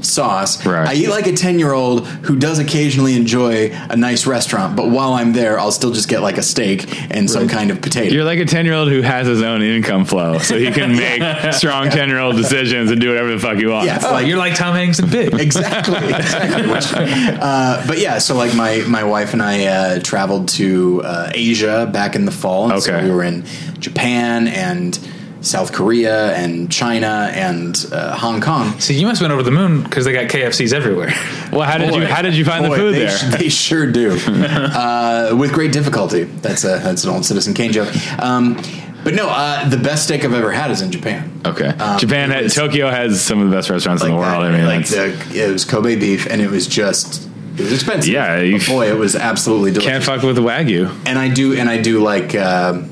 sauce. Right. I eat like a ten-year-old who does occasionally enjoy a nice restaurant, but while I'm there, I'll still just get like a steak and some kind of potato. You're like a ten year old who has his own income flow, so he can make strong ten year old decisions and do whatever the fuck he wants. Yeah, it's Oh, like- you're like Tom Hanks and Big. exactly. exactly. Which, uh, but yeah, so like my my wife and I uh, traveled to uh, Asia back in the fall. And so Okay. we were in Japan and South Korea and China and uh, Hong Kong. So you must have been over the moon because they got KFCs everywhere. Well, how did you how did you find Boy, the food they, there? sh- they sure do, uh, with great difficulty. That's a that's an old Citizen Kane joke. Um, But no, uh, the best steak I've ever had is in Japan. Okay. Japan, Um, it had, was- Tokyo has some of the best restaurants in the world. that, I mean, like that's- the, it was Kobe beef, and it was just it was expensive. Yeah, But you- boy, it was absolutely delicious. can't fuck with wagyu. and I do, and I do like um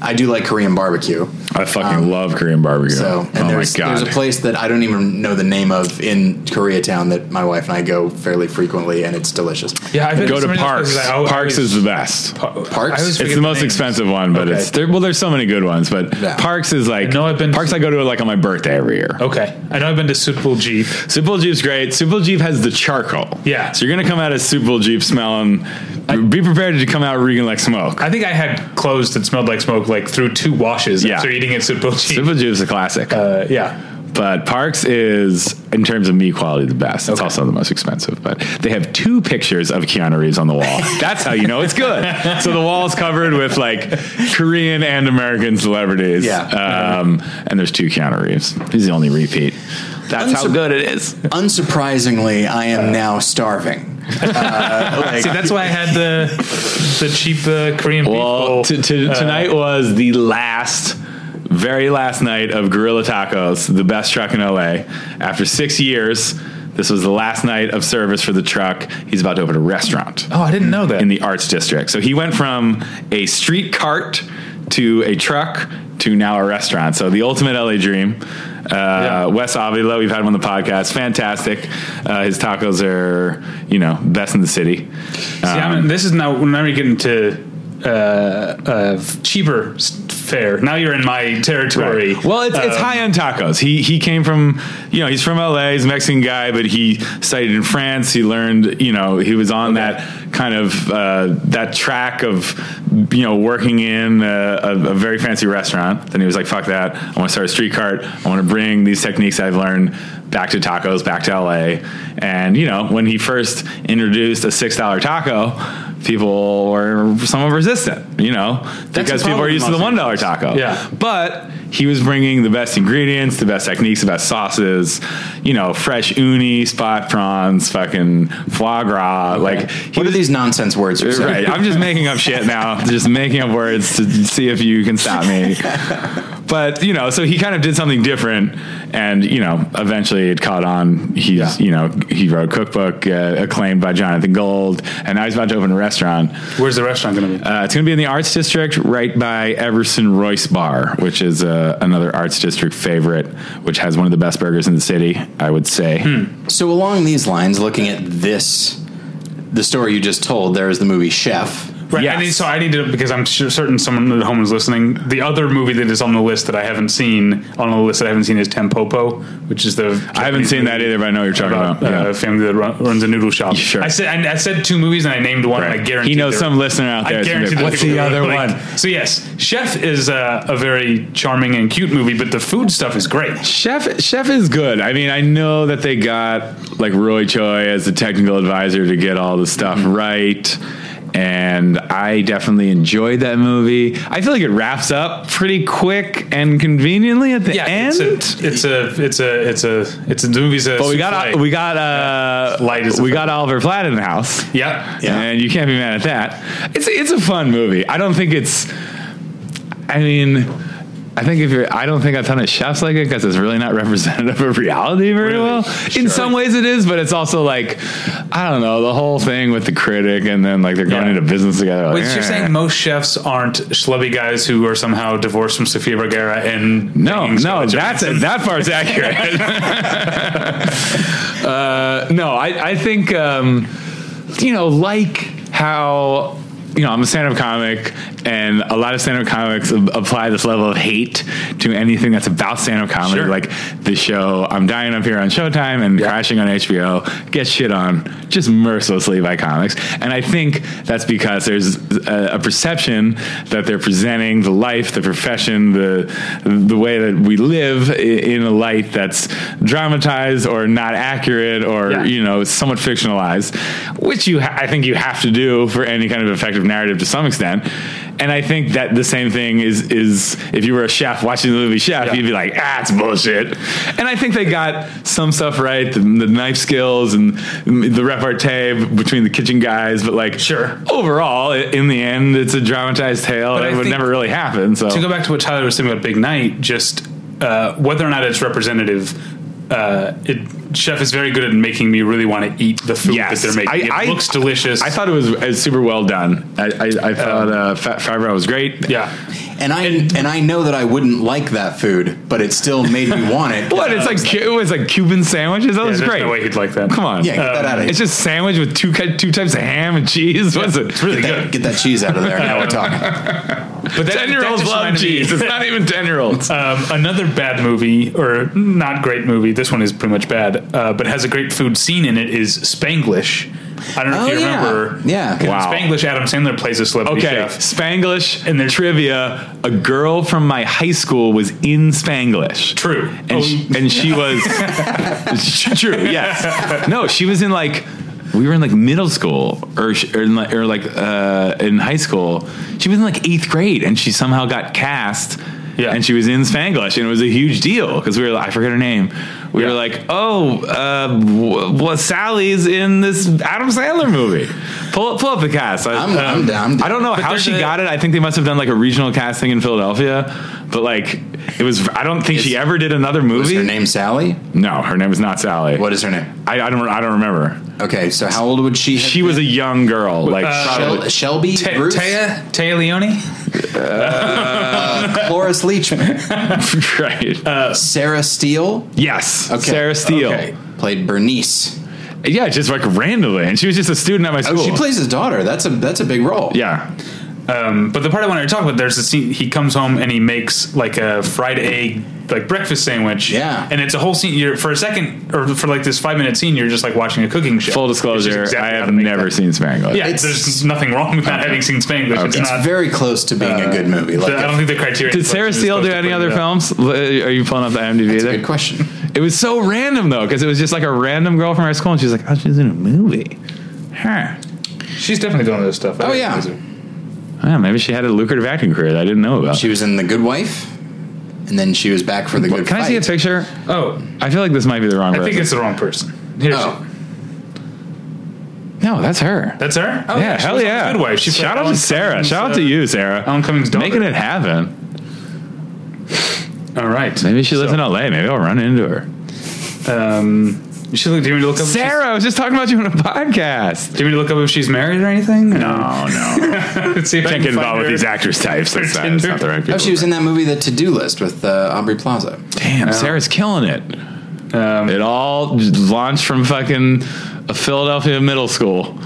I do like Korean barbecue. I fucking love Korean barbecue. Um, So, and oh my there's, god. there's a place that I don't even know the name of in Koreatown that my wife and I go fairly frequently, and it's delicious. Yeah, I've been Go so to many Parks. places I always- Parks is the best. Parks? I always It's forget the most names. expensive one, but Okay. it's there. Well, there's so many good ones, but Yeah. Parks is like know I've been- Parks. I go to like on my birthday every year. Okay, I know I've been to Super Jeep. Soup Bowl Jeep's great. Soup Bowl Jeep has the charcoal. Yeah. So you're going to come out of Soup Bowl Jeep smelling. be prepared to come out reeking like smoke. I think I had clothes that smelled like smoke like through two washes Yeah. after eating at Super Soup Jeep. Bowl Jeep's a classic. Uh, yeah, but Parks is, in terms of meat quality, the best. It's also the most expensive. But they have two pictures of Keanu Reeves on the wall. That's how you know it's good. so the wall's covered with like Korean and American celebrities. Yeah. Um, and there's two Keanu Reeves. He's the only repeat. That's how Unsur- good it is. Unsurprisingly, I am Uh, now starving. Uh, like- see, that's why I had the the cheap uh, Korean beef Well, bowl. t- t- tonight was the last, very last night of Gorilla Tacos, the best truck in LA. After six years, this was the last night of service for the truck. He's about to open a restaurant oh, I didn't know that. in the arts district. So he went from a street cart to a truck to now a restaurant. So the ultimate LA dream. Uh, Wes Avila, we've had him on the podcast. Fantastic. Uh, his tacos are, you know, best in the city. See, Um, I'm, this is now now you're getting to uh, uh, cheaper s- fare. Now you're in my territory. Right. Well, it's, it's Um, high end tacos. He he came from you know he's from LA. He's a Mexican guy, but he studied in France. He learned you know he was on that kind of uh, that track of you know working in a, a, a very fancy restaurant. Then he was like, fuck that. I want to start a street cart. I want to bring these techniques I've learned back to tacos, back to LA. And you know when he first introduced a six dollar taco. People were somewhat resistant, you know, because people are problem used to the in Los one dollar taco. Yeah. But he was bringing the best ingredients, the best techniques, the best sauces, you know, fresh uni, spot prawns, fucking foie gras. Like, he what are was, these nonsense words? You're saying? right. I'm just making up shit now, just making up words to see if you can stop me. But, you know, so he kind of did something different. And, you know, eventually it caught on. He's, you know, he wrote a cookbook uh, acclaimed by Jonathan Gold. And now he's about to open a restaurant. Where's the restaurant going to be? Uh, it's going to be in the Arts District, right by Everson Royce Bar, which is uh, another Arts District favorite, which has one of the best burgers in the city, I would say. Hmm. So along these lines, looking at this, the story you just told, there is the movie Chef. Right. yes. I need, so I need to because I'm sure certain someone at home is listening. The other movie that is on the list that I haven't seen on the list that I haven't seen is Tempopo, which is the I haven't seen that either, but I know what you're talking about. about uh, Yeah. family that run, runs a noodle shop. Sure. I said I, I said two movies and I named one. And I guarantee he knows there- some listener out there. I is gonna be guarantee like, there will What's the be other like- one? So yes, Chef is uh, a very charming and cute movie, but the food stuff is great. Chef Chef is good. I mean, I know that they got like Roy Choi as the technical advisor to get all the stuff Mm-hmm. right. And I definitely enjoyed that movie. I feel like it wraps up pretty quick and conveniently at the end. it's a it's a it's a it's a the movie's a. But we got we got uh Light as a we feather. got Oliver Platt in the house. yeah Yeah. And you can't be mad at that. It's it's a fun movie. I don't think it's I mean I think if you're, I don't think a ton of chefs like it because it's really not representative of reality very Really? well. In Sure. some ways, it is, but it's also like, I don't know, the whole thing with the critic and then like they're going Yeah. into business together. Like, Wait, so you're eh. saying most chefs aren't schlubby guys who are somehow divorced from Sofia Vergara and No, banging no, Scarlett that's Johansson? that part's accurate. uh, no, I, I think um, you know, like how you know, I'm a stand-up comic, and a lot of stand-up comics ab- apply this level of hate to anything that's about stand-up comedy, Sure. like the show "I'm Dying Up Here" on Showtime and crashing on HBO gets shit on just mercilessly by comics, and I think that's because there's a, a perception that they're presenting the life, the profession, the the way that we live i- in a light that's dramatized or not accurate or Yeah. you know somewhat fictionalized, which you ha- I think you have to do for any kind of effective perfect narrative to some extent. And I think that the same thing is is if you were a chef watching the movie Chef, Yeah. you'd be like, ah, it's bullshit. And I think they got some stuff right, the, the knife skills and the repartee between the kitchen guys. But like, Sure. overall, i- in the end, it's a dramatized tale. But I It would think- never really happen. So to go back to what Tyler was saying about Big Night, just uh, whether or not it's representative. Uh, it, chef is very good at making me really want to eat the food Yes. that they're making. I- it I- looks delicious. I thought it was, uh super well done. I, I, Um, I thought uh, Fat Fabro was great. yeah, And I and, I know that I wouldn't like that food, but it still made me want it. What? It's like it was like Cuban sandwiches. That Yeah, was there's great. No way he'd like that. Uh, Come on. Yeah, get that out of here. Uh, It's just sandwich with two ki- two types of ham and cheese. What's it? It's really Get good. that, get that cheese out of there. Now we're talking. But ten year olds that just love reminded me- cheese. It's not even ten year olds. Um, another bad movie, or not great movie. This one is pretty much bad, uh, but has a great food scene in it. Is Spanglish? I don't know Oh, if you yeah. remember. Yeah. 'Cause in Wow. Spanglish. Adam Sandler plays a celebrity Okay, chef. Spanglish and And there's- trivia. A girl from my high school was in Spanglish. True. and, she, and she was Sh- true. Yes. No, she was in like we were in like middle school or sh- or, in like, or like uh, in high school. She was in like eighth grade, and she somehow got cast. Yeah. and she was in Spanglish, and it was a huge deal because we were like, I forget her name. We were Yeah. like, oh, uh, w- well, Sally's in this Adam Sandler movie. Pull, pull up the cast. I, I'm- um, I'm down. I'm down. I don't know how there's she a- got it. I think they must have done like a regional casting in Philadelphia, but like it was. I don't think she Is- ever did another movie. Is her name Sally? No, her name is not Sally. What is her name? I, I don't. I don't remember. Okay, uh, so how old would she? Have She was a young girl, like Shel- probably- Shelby Te- Bruce Taya Taya Leone. Cloris Leachman, right. Sarah Steele, yes, uh, Okay. Sarah Steele. okay, played Bernice. Yeah, just like randomly, and she was just a student at my Oh, school. she plays his daughter. That's a that's a big role. Yeah, Um, but the part I wanted to talk about, there's a scene. He comes home and he makes like a fried egg, like breakfast sandwich. Yeah. and it's a whole scene. You're for a second, or for like this five minute scene, you're just like watching a cooking show. full It's just disclosure, exactly I how have to make never that. seen Spanglish. Yeah, It's- there's nothing wrong with not having seen Spanglish. It's, it's not. very close to being a good Uh, movie. Like, I don't think the criteria. Did Sarah Steele do any other films? L- Are you pulling up the IMDb that's a there? good question. It was so random though, because it was just like a random girl from our school, and she's like, "Oh, she's in a movie." Her. She's definitely doing other stuff. I Oh, don't yeah. know. Yeah, maybe she had a lucrative acting career that I didn't know about. She was in The Good Wife, and then she was back for The Good Can Fight. I see a picture? Oh, I feel like this might be the wrong. I think person. it's the wrong person. Here's Oh. no, that's her. that's her. Oh, yeah, she hell was on yeah! The Good wife. She played Shout out Alan to Sarah. Cummings, Shout out uh, to you, Sarah. Alan Cummings' daughter. making it happen. All right. Maybe she lives So, in L.A. Maybe I'll run into her. Um, she look. Do you want me to look up? if she's- Sarah, I was just talking about you on a podcast. Do you want me to look up if she's married or anything? No. no, Let's see if I can can't get find involved with her. these actors types. That's not, that's not the right people. Oh, she was in that movie, The To Do List, with uh, Aubrey Plaza. Damn, Sarah's killing it. Um, it all just launched from fucking a Philadelphia middle school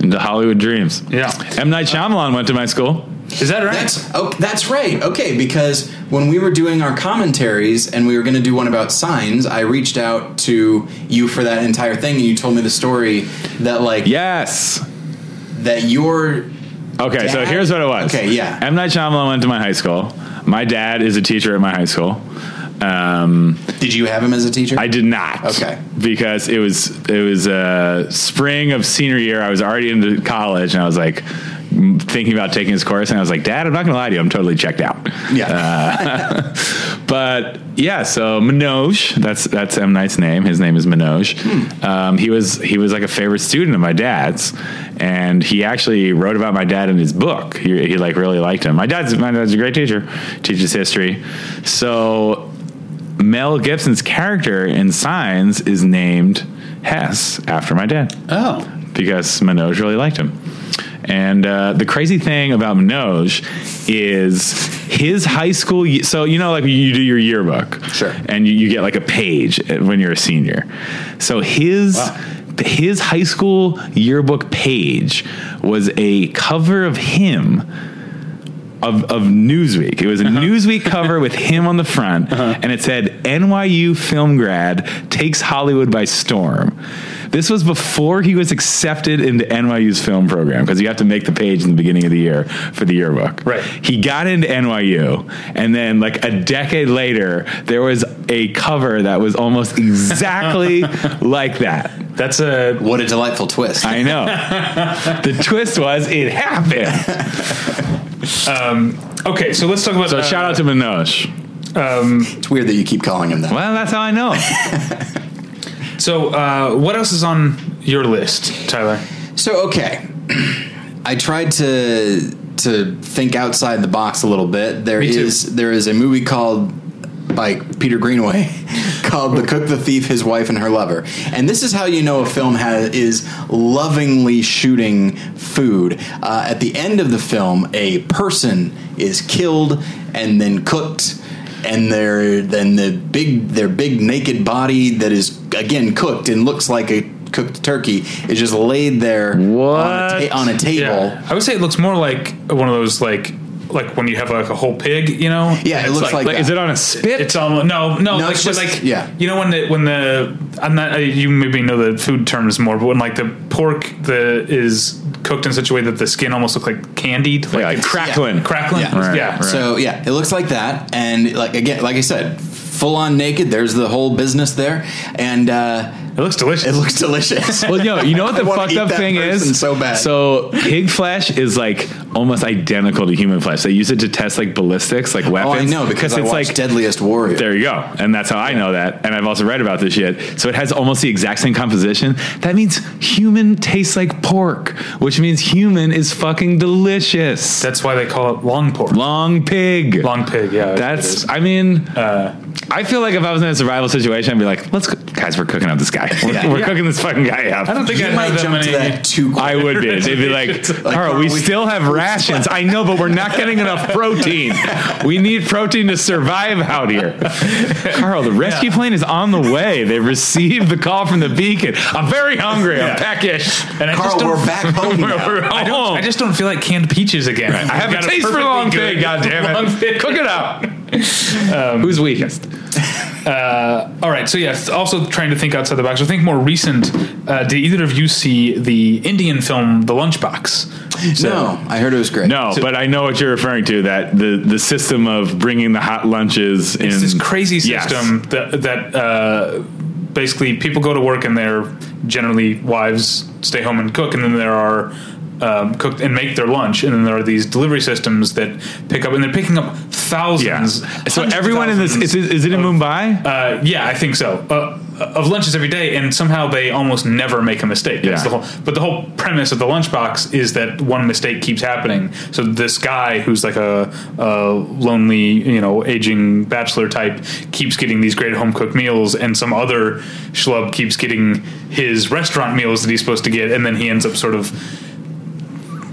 into Hollywood dreams. Yeah. M Night Shyamalan went to my school. Is that right? That's oh, that's right. Okay, because when we were doing our commentaries and we were going to do one about signs, I reached out to you for that entire thing, and you told me the story that like Yes. that your Okay, so Dad? here's what it was. Okay, yeah. M Night Shyamalan went to my high school. My dad is a teacher at my high school. Um, did you have him as a teacher? I did not. Okay. Because it was it was uh, spring of senior year. I was already into college, and I was like m- thinking about taking his course, and I was like, Dad, I'm not gonna lie to you. I'm totally checked out. Yeah. But yeah, so Manoj, that's that's M Knight's name. His name is Manoj. Um, he was he was like a favorite student of my dad's, and he actually wrote about my dad in his book. He, he like really liked him. My dad's my dad's a great teacher, teaches history. So Mel Gibson's character in Signs is named Hess after my dad oh. because Manoj really liked him. And uh, the crazy thing about Manoj is his high school. ye- So you know, like you do your yearbook, Sure. and you, you get like a page uh, when you're a senior. So his his high school yearbook page was a cover of him of, of Newsweek. It was a Newsweek cover with him on the front, and it said NYU film grad takes Hollywood by storm. This was before he was accepted into NYU's film program because you have to make the page in the beginning of the year for the yearbook. Right. He got into NYU, and then like a decade later, there was a cover that was almost exactly like that. That's a What a delightful twist. I know. the twist was it happened. okay. So let's talk about. So uh, shout out to Minosh. it's weird that you keep calling him that. Well, that's how I know. So uh, what else is on your list, Tyler? So okay, I tried to to think outside the box a little bit. There Me is too. there is a movie called by Peter Greenaway called "The Cook, the Thief, His Wife, and Her Lover," and this is how you know a film has, is lovingly shooting food. Uh, at the end of the film, a person is killed and then cooked. And their then the big their big naked body that is again cooked and looks like a cooked turkey is just laid there on a, ta- What? on a table. Yeah, I would say it looks more like one of those like like when you have like a whole pig, you know? Yeah, it It's looks like, Like, that. is it on a spit? It's almost no, no. No, like, it's but just- like yeah. You know when the when the I'm not uh, you maybe know the food terms more, but when like the pork the is cooked in such a way that the skin almost looks like candied, like, Yeah, like it's crackling. crackling. Yeah. Yeah, Right, right. So yeah, it looks like that, and like again, like I said, full on naked. There's the whole business there, and uh, it looks delicious. it looks delicious. Well, yo, you know what I the wanna fucked eat up that thing person is? so bad. So pig flesh is like almost identical to human flesh. They use it to test like ballistics, like oh, weapons. I know because I it's watched like Deadliest Warrior. there you go, and that's how I know that. And I've also read about this shit. So it has almost the exact same composition. That means human tastes like pork, which means human is fucking delicious. That's why they call it long pork. Long, Long pig. pig. Yeah, That's. I mean. I feel like if I was in a survival situation, I'd be like, "Let's, cook- guys, we're cooking up this guy. We're, Yeah. we're Yeah. cooking this fucking guy up." I don't think you I have might that jump many. to that too quick. I would be. They'd be like, Like, Carl, are we we- still have rations. I know, but we're not getting enough protein. We need protein to survive out here. Carl, the rescue plane is on the way. They received the call from the beacon. I'm very hungry. I'm peckish. and I Carl, just don't. we're back home We're now. home. I, don't, I just don't feel like canned peaches again. I have a Got taste for perfectly long good pig, God damn long it. pig. Cook it up. Who's weakest? All right, so yes, also trying to think outside the box. I think more recent. Uh, did either of you see the Indian film The Lunchbox? So- No, I heard it was great. No, but I know what you're referring to. That the the system of bringing the hot lunches in It's this crazy Yes. system that that uh, basically people go to work and their generally wives stay home and cook, and then there are um, cook and make their lunch, and then there are these delivery systems that pick up, and they're picking up Yeah. thousands. So hundreds of everyone in this thousands. is, it- is it in Mumbai? Uh, yeah, I think so. Uh, of lunches every day, and somehow they almost never make a mistake. That's Yeah. the whole. But the whole premise of the lunchbox is that one mistake keeps happening. So this guy who's like a, a lonely, you know, aging bachelor type keeps getting these great home cooked meals, and some other schlub keeps getting his restaurant meals that he's supposed to get, and then he ends up sort of.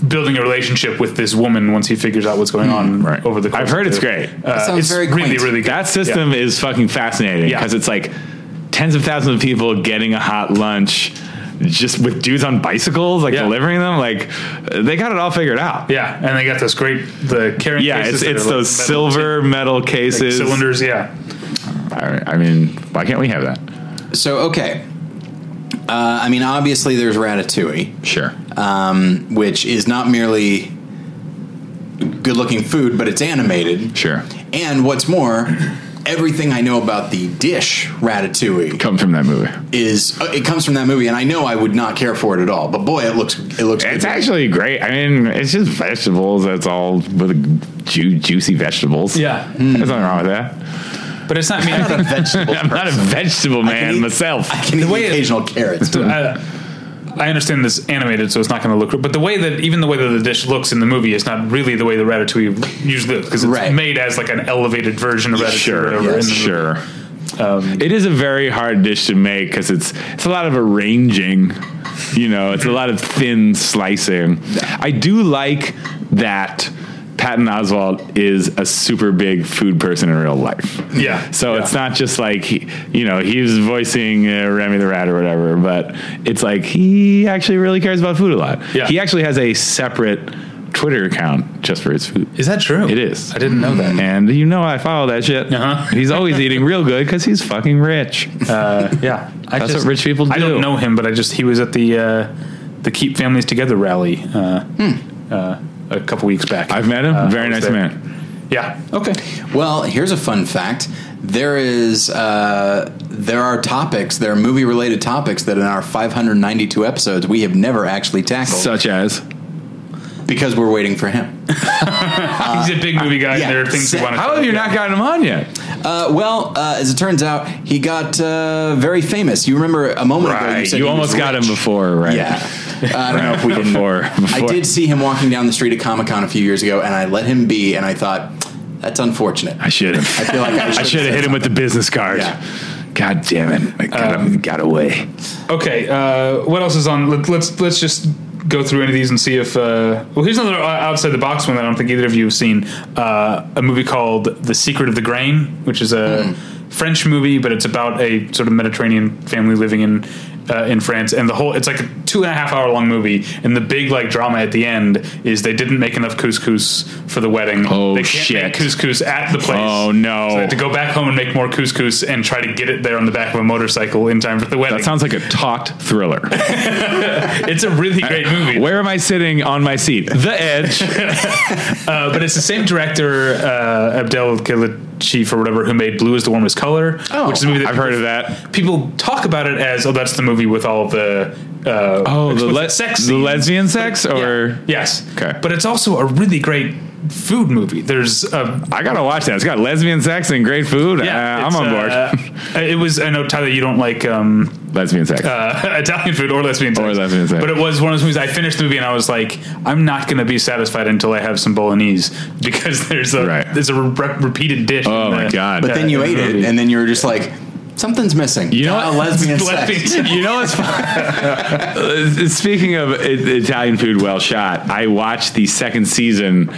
Building a relationship with this woman once he figures out what's going on Hmm. right. over the. course I've heard of it's the- great. Uh, sounds it's very really, quaint. really good. That system is fucking fascinating Yeah. because it's like tens of thousands of people getting a hot lunch just with dudes on bicycles, like Yeah. delivering them. Like they got it all figured out. Yeah, and they got this great the carrying. Yeah, it's cases that it's are, like, those metal silver metal tin- like, cases. cylinders. Yeah, I, I mean, why can't we have that? So okay, uh, I mean obviously there's Ratatouille. Sure. Uh, um, which is not merely good looking food, but it's animated. Sure. And what's more, everything I know about the dish ratatouille Come from that movie. is uh, it comes from that movie, and I know I would not care for it at all. But boy, it looks it looks It's good. actually great. I mean, it's just vegetables. That's all with ju- juicy vegetables. yeah, There's nothing wrong with that. but it's not. I mean, I I'm not a think vegetable. I'm not a vegetable man eat- myself. I can eat way it- occasional carrots. uh, I understand this animated, so it's not going to look. But the way that even the way that the dish looks in the movie is not really the way the ratatouille usually looks because it's Right. made as like an elevated version of ratatouille. or Sure, whatever in the yes, movie. sure. Um, it is a very hard dish to make because it's it's a lot of arranging. You know, it's a lot of thin slicing. I do like that Patton Oswald is a super big food person in real life. Yeah. So yeah. it's not just like he, you know he was voicing uh, Remy the Rat or whatever, but it's like he actually really cares about food a lot. Yeah. He actually has a separate Twitter account just for his food. Is that true? It is. I didn't know that. And you know I follow that shit. Uh-huh. He's always eating real good because he's fucking rich. Uh, yeah, I Mm-hmm. That's what rich people do. I don't know him, but I just he was at the uh, the Keep Families Together rally uh, uh, a couple weeks back. Hmm. I've met him. Uh, I Very was nice there. man. Yeah. Okay. Well, here's a fun fact. There is uh, there are topics, there are movie related topics that in our 592 episodes we have never actually tackled Such as because we're waiting for him. He's a big movie guy, yeah. and there are things we want to how have you not gotten him on yet? Uh, well, uh, as it turns out, he got uh, very famous. You remember a moment ago you Right, said you he almost was got rich. him before, right? Yeah. Uh, I don't know if we can before, I before. did see him walking down the street at Comic Con a few years ago, and I let him be, and I thought, that's unfortunate. I should I have. feel like I I should should have hit him with the business card. Yeah. God damn it! I got, him, Oh, got away. Okay, uh, what else is on? Let, let's let's just go through any of these and see if. Uh, well, here's another uh, outside the box one that I don't think either of you have seen. Uh, a movie called The Secret of the Grain, which is a Hmm. French movie, but it's about a sort of Mediterranean family living in uh, in France, and the whole it's like a two and a half hour long movie, and the big like drama at the end is they didn't make enough couscous for the wedding. they can't Oh, Make shit. couscous at the place. Oh, no. So they have to go back home and make more couscous and try to get it there on the back of a motorcycle in time for the wedding That sounds like a taut thriller. it's a really great movie. Where am I sitting on my seat? The edge. Uh, but it's the same director, uh, Abdel Kalachief or whatever, who made Blue is the Warmest Color, Oh, which is a movie that I've heard of that. people talk about it as, oh, that's the movie with all the uh, Oh, the explicit le- sex, the scenes. lesbian sex, or yes, Okay. But it's also a really great food movie. There's a I gotta watch that. It's got lesbian sex and great food. yeah, uh, I'm it's, on board. uh, it was I know Tyler, you don't like um, lesbian sex. uh, Italian food or lesbian sex. Or lesbian sex. But it was one of those movies. I finished the movie and I was like, I'm not going to be satisfied until I have some bolognese because there's a Right. there's a re- repeated dish. Oh in my the- God. uh, But But then you in the ate it, movie. and then you were just like, something's missing. You know Ah, what? lesbian Lesbian sex. sex. you know what's fun? Uh, Speaking of I- Italian food, well shot. I watched the second season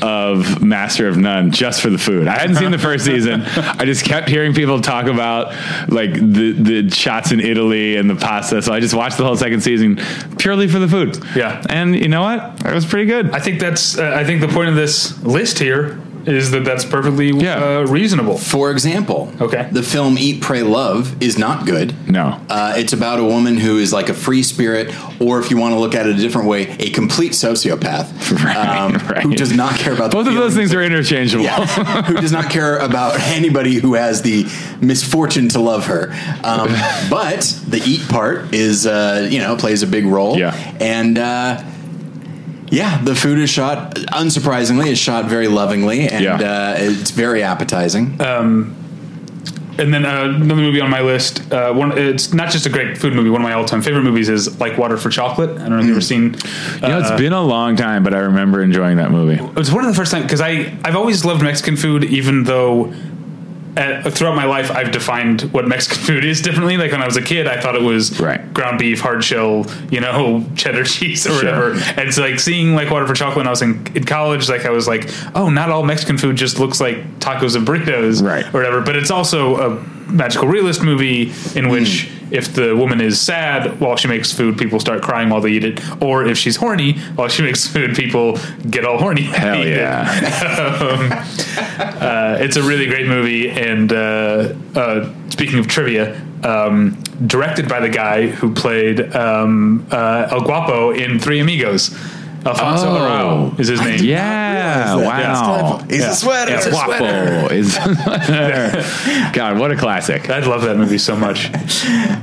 of Master of None just for the food. I hadn't seen the first season. I just kept hearing people talk about like the the shots in Italy and the pasta. So I just watched the whole second season purely for the food. Yeah. and you know what? It was pretty good. I think that's uh, I think the point of this list here is that that's perfectly Yeah. uh, reasonable. For example, Okay. the film Eat, Pray, Love is not good. No. Uh, it's about a woman who is like a free spirit, or if you want to look at it a different way, a complete sociopath um, right. who does not care about the Both of those feelings. things are interchangeable. Yeah. who does not care about anybody who has the misfortune to love her. Um, but the eat part is, uh, you know, plays a big role. Yeah. And, uh, yeah, the food is shot, unsurprisingly, is shot very lovingly, and Yeah. uh, it's very appetizing. And then uh, another movie on my list. Uh, one, it's not just a great food movie. One of my all time favorite movies is Like Water for Chocolate. I don't know if you've ever Mm. seen. You know, it's been a long time, but I remember enjoying that movie. It was one of the first times because I I've always loved Mexican food, even though uh throughout my life I've defined what Mexican food is differently. Like when I was a kid, I thought it was Right. ground beef, hard shell, you know, cheddar cheese or Sure. whatever. And so like seeing like water for chocolate when I was in, in college, like I was like, oh, not all Mexican food just looks like tacos and burritos, Right. or whatever. But it's also a magical realist movie Hmm. in which. If the woman is sad while she makes food, people start crying while they eat it. Or if she's horny while she makes food, people get all horny. Hell yeah. um, uh, it's a really great movie. And uh, uh, speaking of trivia, um, directed by the guy who played um, uh, El Guapo in Three Amigos. Alfonso Oh. Arau is his name. Yeah. Wow. He's a sweater. It's It's a waffle. sweater. Waffle is God, what a classic. I love that movie so much.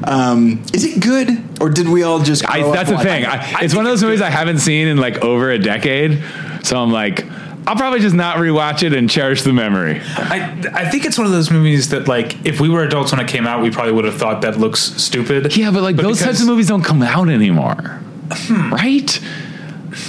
Um, is it good, or did we all just? I, grow up that's the watching thing. it? I, it's one of those movies I haven't seen in like over a decade. So I'm like, I'll probably just not rewatch it and cherish the memory. I I think it's one of those movies that like if we were adults when it came out, we probably would have thought that looks stupid. Yeah, but like those because- types of movies don't come out anymore, right?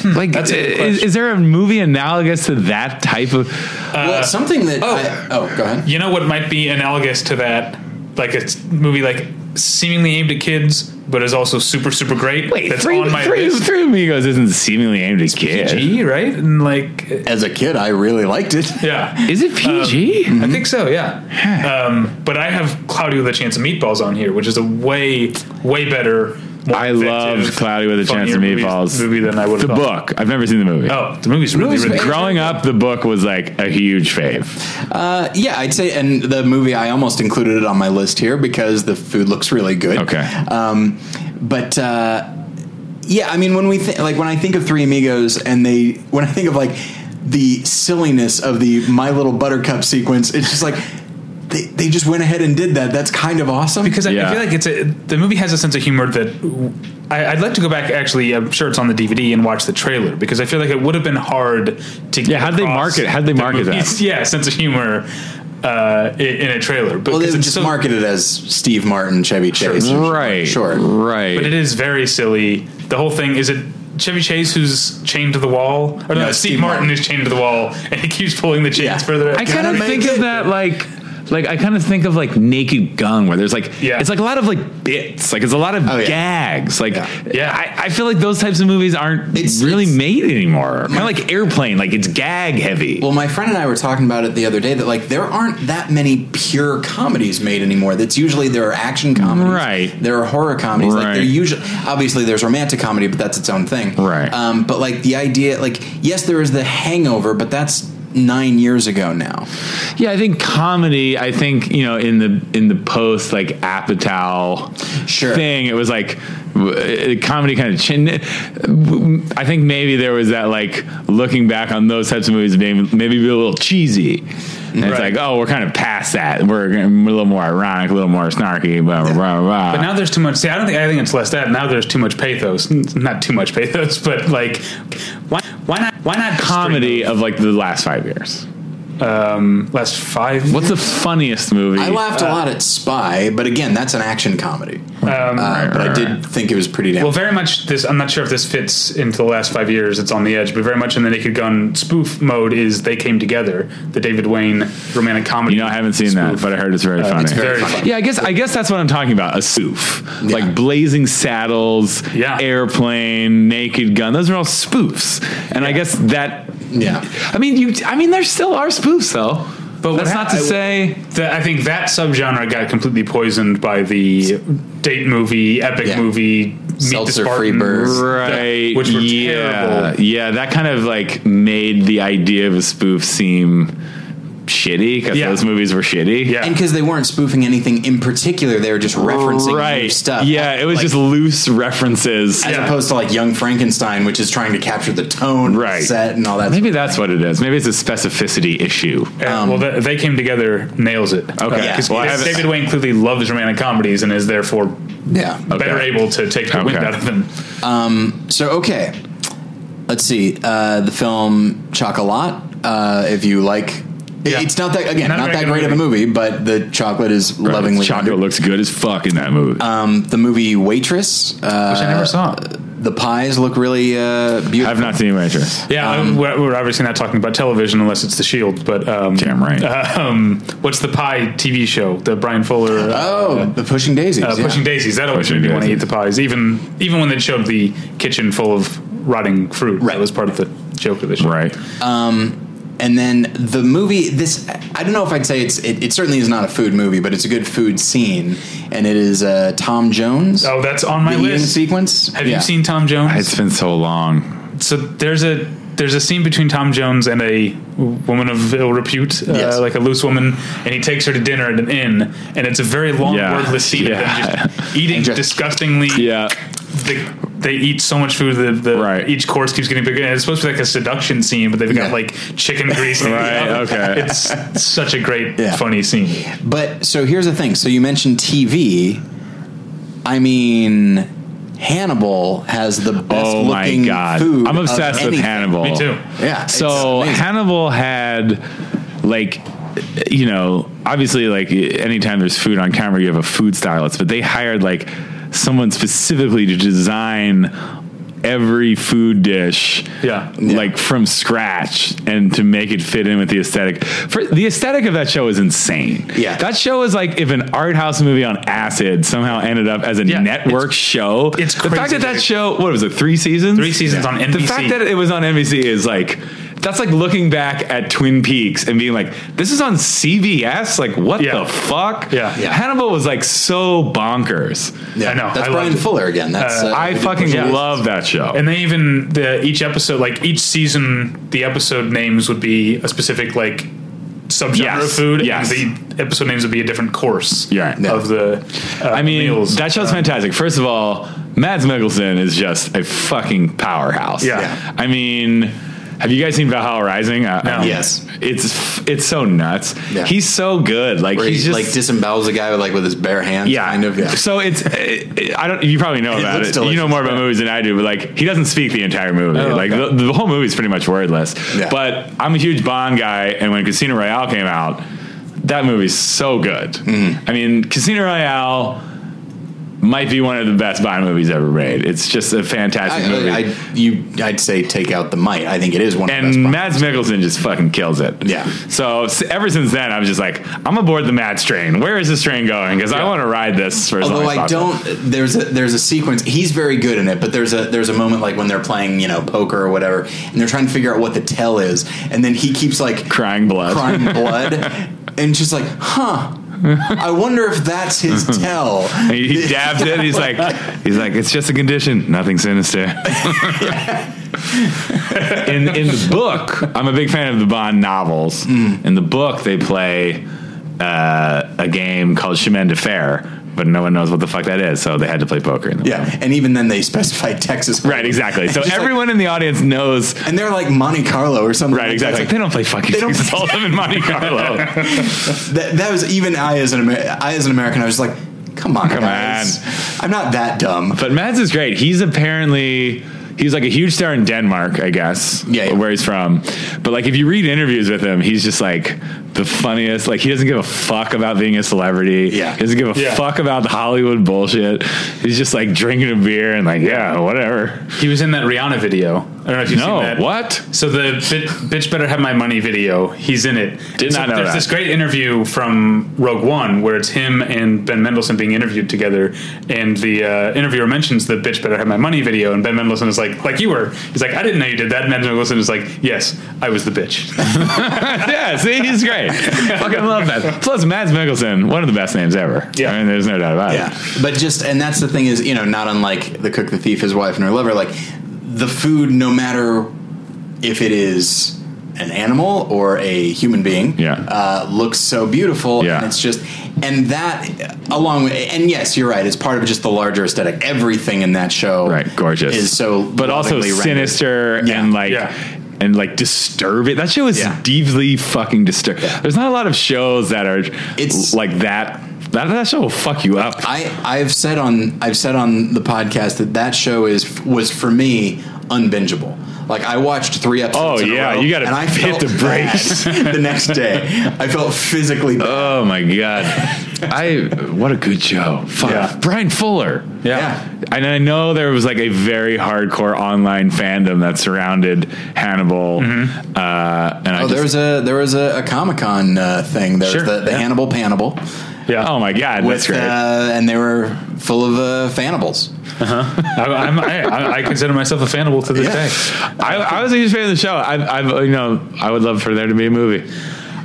Like, That's a good is, question. is there Hmm. a movie analogous to that type of? well, something that. oh. I, oh, go ahead. You know what might be analogous to that, like a s- movie like seemingly aimed at kids, but is also super super great. Wait, three, three, three amigos isn't seemingly aimed at kids. PG, right? And like, uh, As a kid, I really liked it. yeah, Is it PG? I think so. Yeah. um, but I have Cloudy with a Chance of Meatballs on here, which is a way way better. more I loved effective, Cloudy with a Chance funnier of movies- Meatballs. movie than I would the have thought. book. I've never seen the movie. Oh, the movie's really Movie's really. great. great. Growing up, the book was like a huge fave. Uh, yeah, I'd say, and the movie I almost included it on my list here because the food looks really good. Okay. um, but uh, yeah, I mean, when we th- like when I think of Three Amigos, and they when I think of like the silliness of the My Little Buttercup sequence. It's just like they, they just went ahead and did that. That's kind of awesome. because I, I Yeah. feel like it's a the movie has a sense of humor that I, I'd like to go back. Actually, I'm sure it's on the DVD and watch the trailer because I feel like it would have been hard to. get how'd they across market- how'd they the market that? movie's, Yeah, sense of humor uh, in, in a trailer. But well, they because would it's just so- market it as Steve Martin, Chevy Chase, Right. Sure. Right. But it is very silly. The whole thing is it Chevy Chase who's chained to the wall, or no, No, Steve, Steve Martin, Martin. is chained to the wall, and he keeps pulling the chains Yeah. further. I kind of make think it. of that like like I kind of think of like Naked Gun where there's like Yeah. it's like a lot of like bits like it's a lot of Oh, yeah. gags like Yeah. Yeah. I, I feel like those types of movies aren't It's- really it's- made anymore kind of like Airplane like it's gag heavy Well, my friend and I were talking about it the other day that like there aren't that many pure comedies made anymore. That's usually there are action comedies, Right. There are horror comedies, like Right. they're usually obviously there's romantic comedy, but that's its own thing, Right. Um, but like the idea, like yes, there is the Hangover, but that's nine years ago now. yeah I think comedy I think you know in the in the post like Apatow Sure. thing it was like w- uh, comedy kind of chin I think maybe there was that like looking back on those types of movies being maybe be a little cheesy and it's Right. like oh we're kind of past that we're, gonna- we're a little more ironic a little more snarky blah blah blah, blah. But now there's too much. See, I don't think I think it's less that. Now there's too much pathos. Not too much pathos, but like, why why not why not comedy straight of like the last five years up? Last five. what's the funniest movie I laughed Uh, a lot at Spy, but again, that's an action comedy. Um, Uh, but I right, did right. think it was pretty damn. Well, very much this. I'm not sure if this fits into the last five years. It's on the edge, but very much in the Naked Gun spoof mode is they came together, the David Wayne romantic comedy. you know I haven't seen that but I heard it's very funny Uh, it's very funny. Yeah, I guess I guess that's what I'm talking about. A spoof, Yeah. like Blazing Saddles, Yeah. Airplane, Naked Gun. Those are all spoofs, and I guess that. Yeah. I mean, you. I mean, there still are spoofs though. But what that's not to hap- I- say. That, I think that subgenre got completely poisoned by the date movie, epic Yeah. movie, Meet Seltzer the Free Spartans, Birds. Right. that- which were yeah. terrible. Yeah, that kind of like made the idea of a spoof seem shitty because Yeah. those movies were shitty. Yeah. and because they weren't spoofing anything in particular, they were just referencing new Right. stuff. Yeah, it was Like, just loose references. as Yeah. opposed to like Young Frankenstein, which is trying to capture the tone, Right. set, and all that. Maybe that's what it is. Maybe it's a specificity issue. Um, Yeah, well, they, they came together, nails it. Okay. because Yeah. Well, I haven't- David Wayne clearly loves romantic comedies and is therefore yeah. better able to take the wind Okay. out of them. So okay, let's see uh, the film Chocolat. Uh, if you like, it- Yeah. it's not that again, Not not, a very that good great of a movie, but the chocolate is lovingly. Choco looks good as fuck in that movie. Um, the movie Waitress. Uh, Which I never saw. The pies look really uh, beautiful. I've not seen Waitress. Yeah, Um, um, we're, we're obviously not talking about television unless it's The Shield, but um, Damn right. Uh, Um, what's the pie TV show? The Brian Fuller. uh, Oh, the Pushing Daisies. uh, yeah. pushing daisies. That always Pushing made me want to eat daisies. the pies, even even when they showed the kitchen full of rotting fruit. Right. That was part of the joke of the show. right. And then the movie, this I don't know if I'd say it's it, it certainly is not a food movie, but it's a good food scene, and it is uh, Tom Jones. Oh, that's on my the eating list. sequence. Have Yeah. you seen Tom Jones? it's been so long. so there's a there's a scene between Tom Jones and a woman of ill repute, uh, Yes. like a loose woman, and he takes her to dinner at an inn, and it's a very long, Yeah. wordless scene of Yeah. them just eating just- disgustingly. Yeah. They, they eat so much food that the, Right. each course keeps getting bigger. And it's supposed to be like a seduction scene, but they've got Yeah. like chicken grease. in the Right, oven. okay. It's such a great, Yeah. funny scene. But so here's the thing. So you mentioned TV. I mean, Hannibal has the best Oh my looking god. food. I'm of obsessed with anything. Hannibal. Me too. Yeah. it's So amazing. Hannibal had like you know, obviously like anytime there's food on camera you have a food stylist, but they hired like someone specifically to design every food dish Yeah. like from scratch and to make it fit in with the aesthetic for the aesthetic of that show is insane Yeah. that show is like if an art house movie on acid somehow ended up as a Yeah, network show it's the fact crazy that that big. show what was it three seasons Three seasons on NBC. the fact that it was on NBC is like that's like looking back at Twin Peaks and being like, this is on CBS. Like, what Yeah. the fuck? Yeah. Yeah. Hannibal was like so bonkers. yeah, I know, That's I Brian loved it. Fuller again. That's uh, I we did fucking Pushing Daisies. love that show. And they even the each episode, like each season, the episode names would be a specific like subgenre Yes, of food, yes. and the episode names would be a different course Yeah. Yeah. of the. Uh, I mean, meals. that show's fantastic. First of all, Mads Mikkelsen is just a fucking powerhouse. Yeah. I mean, Have you guys seen Valhalla Rising? Uh, No. um, Yes. it's it's so nuts. Yeah. He's so good. Like Where he's he like just disembowels a guy with like with his bare hands. yeah, kind of. Yeah. So it's it, I don't. You probably know It about looks it. You know delicious, more about yeah. movies than I do. But like, he doesn't speak the entire movie. Oh, like okay. the, the whole movie's pretty much wordless. Yeah. But I'm a huge Bond guy, and when Casino Royale came out, that movie's so good. Mm-hmm. I mean, Casino Royale might be one of the best Bond movies ever made. It's just a fantastic movie. I, I, you, I'd say take out the might. I think it is one of the best. and Mads Mikkelsen just fucking kills it. Yeah. So s- ever since then, I was just like, I'm aboard the Mads train. Where is this train going? Because I want to ride this for as long Although as I possible. don't, there's a there's a sequence. He's very good in it, but there's a there's a moment like when they're playing, you know, poker or whatever, and they're trying to figure out what the tell is, and then he keeps like crying blood. crying blood, and just like, huh. I wonder if that's his tell. And he, he dabs it. He's like, he's like, it's just a condition, nothing sinister. in in the book, I'm a big fan of the Bond novels. Mm. In the book, they play uh, a game called Chemin de Fer, but no one knows what the fuck that is, so they had to play poker. In the Yeah, and even then they specify Texas. Right, exactly. So Just like- everyone in the audience knows. and they're like Monte Carlo or something. Right, like that. exactly. It's they don't play fucking. They don't- don't all them in Monte Carlo. like, that, that was even I as an Amer- I as an American. I was like, come on, Come guys. I'm not that dumb. But Mads is great. He's apparently he's like a huge star in Denmark, I guess. Yeah, yeah. Where he's from. But like if you read interviews with him, he's just like the funniest. Like he doesn't give a fuck about being a celebrity. Yeah. He doesn't give a Yeah. fuck about the Hollywood bullshit. He's just like drinking a beer and like, yeah, whatever. He was in that Rihanna video. I don't know if you've seen No, that. what? So the bit, bitch better have my money video. He's in it. Did so not know There's that. this great interview from Rogue One where it's him and Ben Mendelsohn being interviewed together, and the uh, interviewer mentions the bitch better have my money video, and Ben Mendelsohn is like, like you were. He's like, I didn't know you did that. And Ben Mendelsohn is like, yes, I was the bitch. yeah, see, he's great. Fucking love that. Plus Mads Mikkelsen, one of the best names ever. Yeah. I mean, there's no doubt about Yeah, it. but just and that's the thing is you know not unlike the cook, the thief, his wife, and her lover. Like the food, no matter if it is an animal or a human being, Yeah. uh, looks so beautiful. Yeah. and it's just and that along with and yes, you're right. It's part of just the larger aesthetic. Everything in that show, right gorgeous is so, but also lovingly rendered. sinister Yeah. and like Yeah. and like disturbing that show is Yeah. deeply fucking disturbing Yeah. there's not a lot of shows that are It's- like that that, that show will fuck you up I I've said on I've said on the podcast that that show is was for me unbingeable. Like I watched three episodes. Oh, in a yeah, row, you gotta and I hit felt the bad brakes. the next day. I felt physically. Bad. oh my god i what a good show fuck Yeah. brian fuller Yeah. and i know there was like a very hardcore online fandom that surrounded hannibal Mm-hmm. uh and i Oh, just there was a there was a, a Comic Con uh, thing. There Sure, was the, the yeah. Hannibal Pannibal. Yeah. oh my god that's With, great uh, and they were full of uh, Fannibals. I, I'm, I, I I consider myself a fanable to this Yeah. day. I, I was a huge fan of the show. I've, I've, you know, I would love for there to be a movie.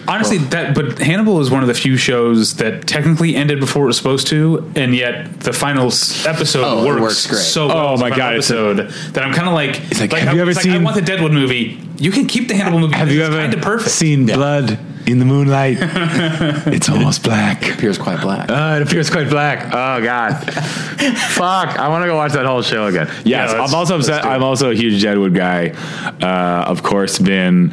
Honestly, that but Hannibal is one of the few shows that technically ended before it was supposed to, and yet the final s- episode Oh, it works, works great. so well. Oh as a my final God, it's episode that I'm kind of like, It's like, I, have you ever it's I seen- want the Deadwood movie. You can keep the Hannibal movie. Have you ever kind of perfect? seen blood in the moonlight? it's almost black. Appears quite black. Uh, it appears quite black. Oh God, fuck! I want to go watch that whole show again. Yes, let's- I'm also let's upset. do it. I'm also a huge Deadwood guy. Uh, of course, been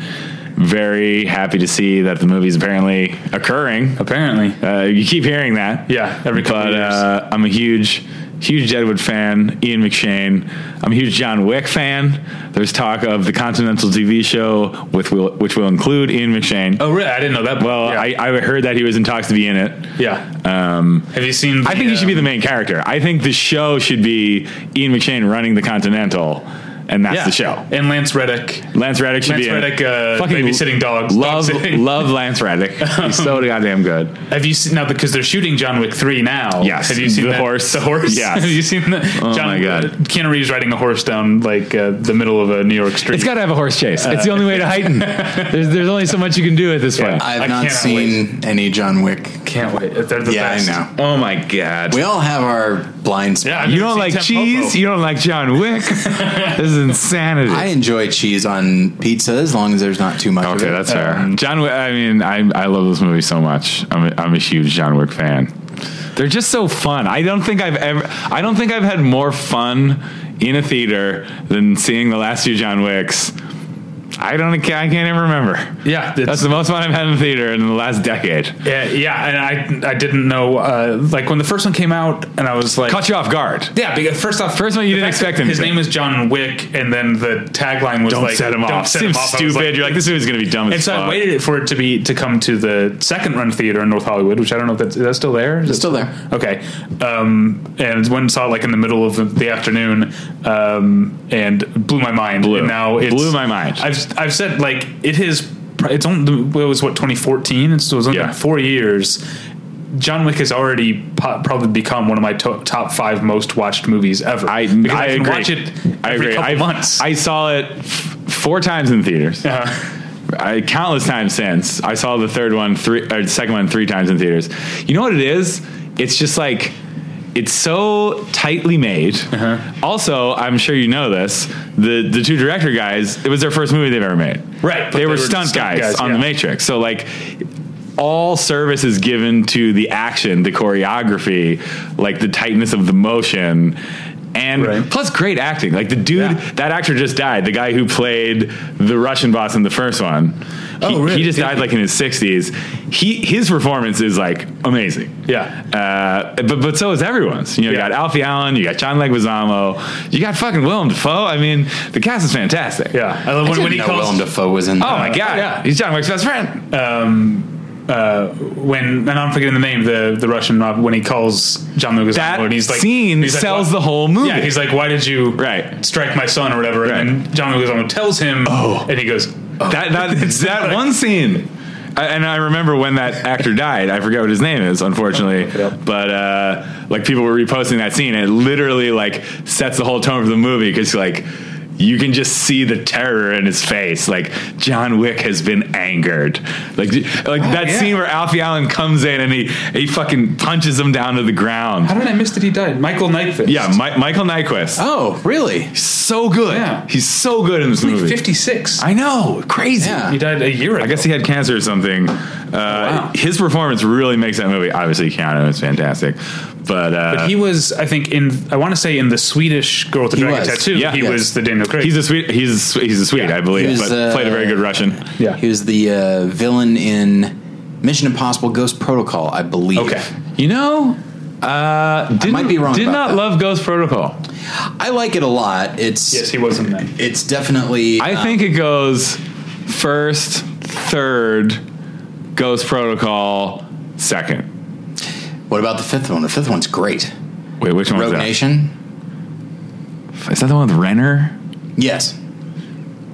very happy to see that the movie's apparently occurring. Apparently, Uh, you keep hearing that. Yeah, every couple of but, years. Uh, I'm a huge, huge Deadwood fan. Ian McShane. I'm a huge John Wick fan. There's talk of the Continental TV show with will, which will include Ian McShane. oh really? I didn't know that. Well, yeah. I, I heard that he was in talks to be in it. yeah. Um, Have you seen? uh, I think he should be the main character. I think the show should be Ian McShane running the Continental, and that's yeah. the show. And Lance Reddick. Lance Reddick should Lance be in Reddick it. uh, babysitting dogs. Um, Love, Dog sitting. love Lance Reddick. He's so goddamn good. Have you seen now because they're shooting John Wick three now? Yes. Have you seen The that- horse. The horse. Yes. Have you seen the? Oh my God. uh, Keanu Reeves riding a horse down like uh, the middle of a New York street. It's got to have a horse chase. It's the only way to heighten. There's, there's only so much you can do at this point. I've I not cannot seen any John Wick. Can't wait. They're the Yeah, I best. know. oh my god. We all have our blind spots. Yeah, I've you never don't seen like Tempopo. cheese. You don't like John Wick. this is insanity. I enjoy cheese on pizza as long as there's not too much. of okay, it. that's fair. John Wick. I mean, I I love this movie so much. I'm a, I'm a huge John Wick fan. They're just so fun. I don't think I've ever. I don't think I've had more fun in a theater than seeing the last few John Wicks. I don't. I can't even remember. Yeah, it's- That's the most fun I've had in the theater in the last decade. yeah, yeah, and I I didn't know uh, like when the first one came out, and I was like, Caught you off guard. yeah, because first off, First one you the didn't fact that expect him. His name is John Wick, and then the tagline was Don't like, set him "Don't off. set him Seems off." I was stupid. You're like, this movie's gonna be dumb as And so fuck. I waited for it to be to come to the second run theater in North Hollywood, which I don't know if that's, is that still there. Is It's it- still there. Okay, um, and went and saw it like in the middle of the, the afternoon, um, and blew my mind. Blew. And now it's, Blew my mind. I've I've said like it is. pr- It's only it was what 2014. So it was only Yeah. four years. John Wick has already po- probably become one of my to- top five most watched movies ever. I, because I can agree. watch it every I agree. couple I've- months. I saw it f- four times in theaters. Uh, I, countless times since I saw the third one, three, or the second one, three times in theaters. You know what it is? It's just like it's so tightly made. Also, I'm sure you know this. The the two director guys. It was their first movie they've ever made. Right, but They, were, stunt, guys, on yeah. the Matrix. So like. All service is given to the action, the choreography, like the tightness of the motion, and Right. plus great acting. Like the dude, Yeah. that actor just died. The guy who played the Russian boss in the first one. He, Oh, really? he just Did died he? like in his 60s. He his performance is like amazing. yeah. Uh, but but so is everyone's. You know, Yeah. you got Alfie Allen, you got John Leguizamo, you got fucking Willem Dafoe. I mean, the cast is fantastic. Yeah, I love I when, didn't when he know calls Willem Dafoe was in. Oh my god, yeah. he's John Wick's best friend. uh, when and I'm forgetting the name the the Russian mob when he calls John Lucas That and he's like scene he's like, sells "Why-" the whole movie. Yeah, he's like, why did you Right. strike my son or whatever? Right. And then John Lucas tells him, oh. and he goes, oh. that that, it's that one scene. I, and I remember when that actor died. I forget what his name is, Oh, unfortunately. But uh, like people were reposting that scene, and it literally like sets the whole tone for the movie because like you can just see the terror in his face. Like John Wick has been angered. Like d- like that Oh, yeah. scene where Alfie Allen comes in and he he fucking punches him down to the ground. How did I miss that he died? Michael Nyquist. yeah, Mi- Michael Nyquist. Oh, really? so good. Yeah. He's so good in this He's like movie. 56. I know, crazy. Yeah. he died a year ago. I guess he had cancer or something. Uh, His performance really makes that movie. Obviously, Keanu is fantastic, but, uh, But he was, I think, in I want to say in the Swedish Girl with the He Dragon was. Tattoo. Yeah. he Yes. was the Daniel Craig. he's a sweet. He's a, Swe- he's uh, a Swede, I believe, He was, but played a very good Russian. yeah. He was the uh, villain in Mission Impossible: Ghost Protocol, I believe. okay. You know, uh, did might be wrong Did about not that. love Ghost Protocol. I like it a lot. It's Yes, he was in that. it's definitely. I uh, think it goes first, third, Ghost Protocol, second. What about the fifth one? The fifth one's great. Wait, which one Rogue was that? Nation. Is that the one with Renner? Yes.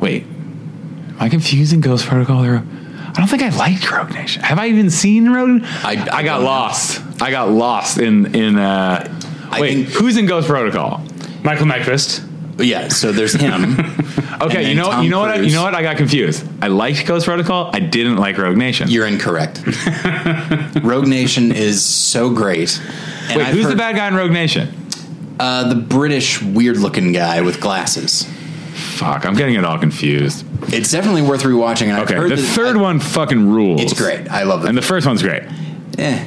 Wait, am I confusing Ghost Protocol? Or I don't think I liked Rogue Nation. Have I even seen Rogue? I- I got don't know. lost. I got lost in in. Uh, I wait, think- who's in Ghost Protocol? Michael Nyquist. But yeah. So there's him. Okay, you then know Tom you know what I, you Cruise. know what I got confused. I liked Ghost Protocol. I didn't like Rogue Nation. You're incorrect. Rogue Nation is so great. And wait, I've who's the heard- bad guy in Rogue Nation? Uh, the British weird-looking guy with glasses. Fuck, I'm getting it all confused. It's definitely worth rewatching. And I've Okay, heard the that- third I- one fucking rules. It's great. I love it. and the first one's great. Eh.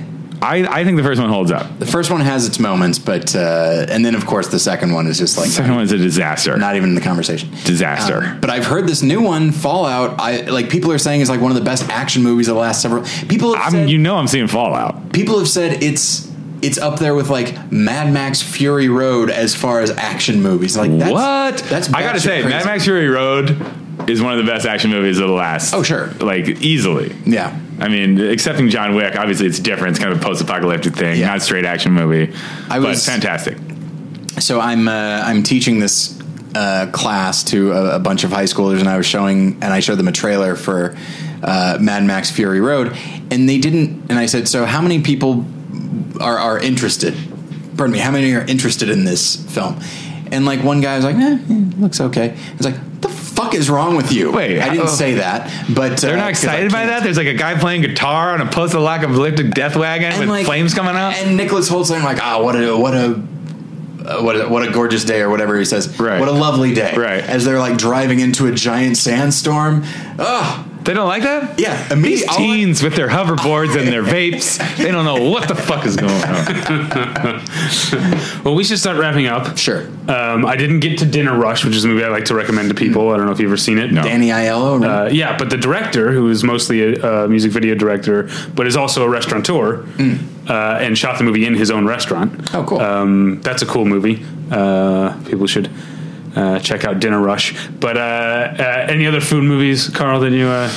I I think the first one holds up. The first one has its moments, but uh, and then of course the second one is just like The second one's a disaster. not even in the conversation. disaster. Um, but I've heard this new one, Fallout. I like people are saying is like one of the best action movies of the last several. People have I'm said, you know I'm seeing Fallout. people have said it's it's up there with like Mad Max Fury Road as far as action movies. Like that's, what? That's I gotta batshit say, crazy. Mad Max Fury Road is one of the best action movies of the last. Oh, sure. like easily. Yeah, I mean, excepting John Wick, obviously it's different. It's kind of a post-apocalyptic thing, Yeah. not a straight action movie. I but was- fantastic. so I'm uh, I'm teaching this uh, class to a, a bunch of high schoolers, and I was showing and I showed them a trailer for uh, Mad Max Fury Road, and they didn't. And I said, so how many people are are interested? Pardon me, how many are interested in this film? And like one guy was like, eh, eh, looks okay. I was like, the fuck is wrong with you? Wait, I didn't oh. say that, but uh, They're not excited by that. There's like a guy playing guitar on a post-apocalyptic death wagon with flames coming out. And Nicholas Holt's saying like, ah, what a what a. Uh, what a, what a gorgeous day, or whatever he says. Right. What a lovely day. Right. As they're like driving into a giant sandstorm. Ugh. They don't like that? Yeah, These immediately- all I- teens with their hoverboards and their vapes, they don't know what the fuck is going on. Well, we should start wrapping up. Sure. Um, I didn't get to Dinner Rush, which is a movie I like to recommend to people. I don't know if you've ever seen it. No. Danny Aiello. Right? Uh, yeah, but the director, who is mostly a, uh music video director, but is also a restaurateur, Hmm. uh, and shot the movie in his own restaurant. Oh, cool. Um, that's a cool movie. Uh, people should uh, check out Dinner Rush. But uh, uh, any other food movies, Carl? That you? Uh,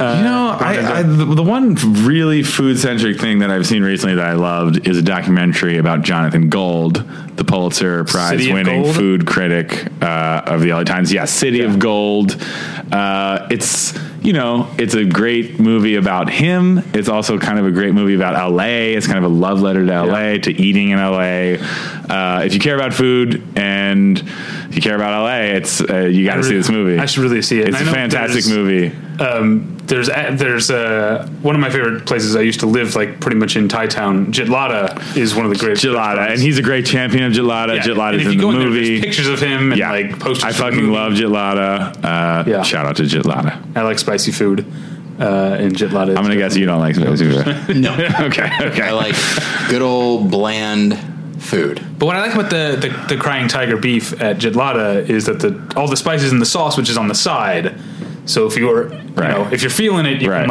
uh, You know, I, I, the the one really food centric thing that I've seen recently that I loved is a documentary about Jonathan Gold, the Pulitzer Prize City of winning Gold? food critic uh, of the LA Times. Yeah, City of Gold. Uh, it's, you know, it's a great movie about him. It's also kind of a great movie about LA. It's kind of a love letter to LA, to eating in LA. Uh, if you care about food and if you care about LA, it's uh, you got to see this movie. I should really see it. It's And a I know fantastic there's- movie. um, there's a, there's uh one of my favorite places I used to live, like pretty much in Thai Town. Jitlada is one of the greatest. Gelada, and restaurants. he's a great champion of Gelada. Yeah, Gelada's and if in you the go in there, there's movie. pictures of him and yeah, like posters. I for the fucking movie. love Gelada. Uh, Yeah. Shout out to Gelada. I like spicy food. Uh, and Jitlada. is I'm gonna good. guess you don't like spicy food. no, okay, okay. I like good old bland food. But what I like about the, the, the crying tiger beef at Jitlada is that the all the spices in the sauce, which is on the side. So if you're Right. you know if you're feeling it, you Right. can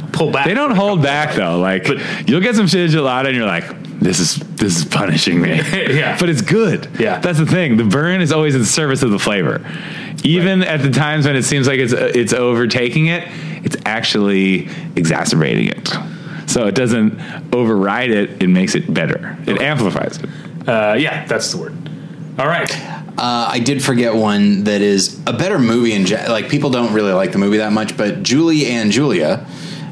like pull back. They don't hold back though. Like But- you'll get some shit at Gelada, and you're like, this is this is punishing me. Yeah. but it's good. Yeah. that's the thing. The burn is always in service of the flavor. Even at the times when it seems like it's it's overtaking it, it's actually exacerbating it. So it doesn't override it; it makes it better. It amplifies it. Uh, yeah, that's the word. All right. Uh, I did forget one that is a better movie in ge- like people don't really like the movie that much, but Julie and Julia,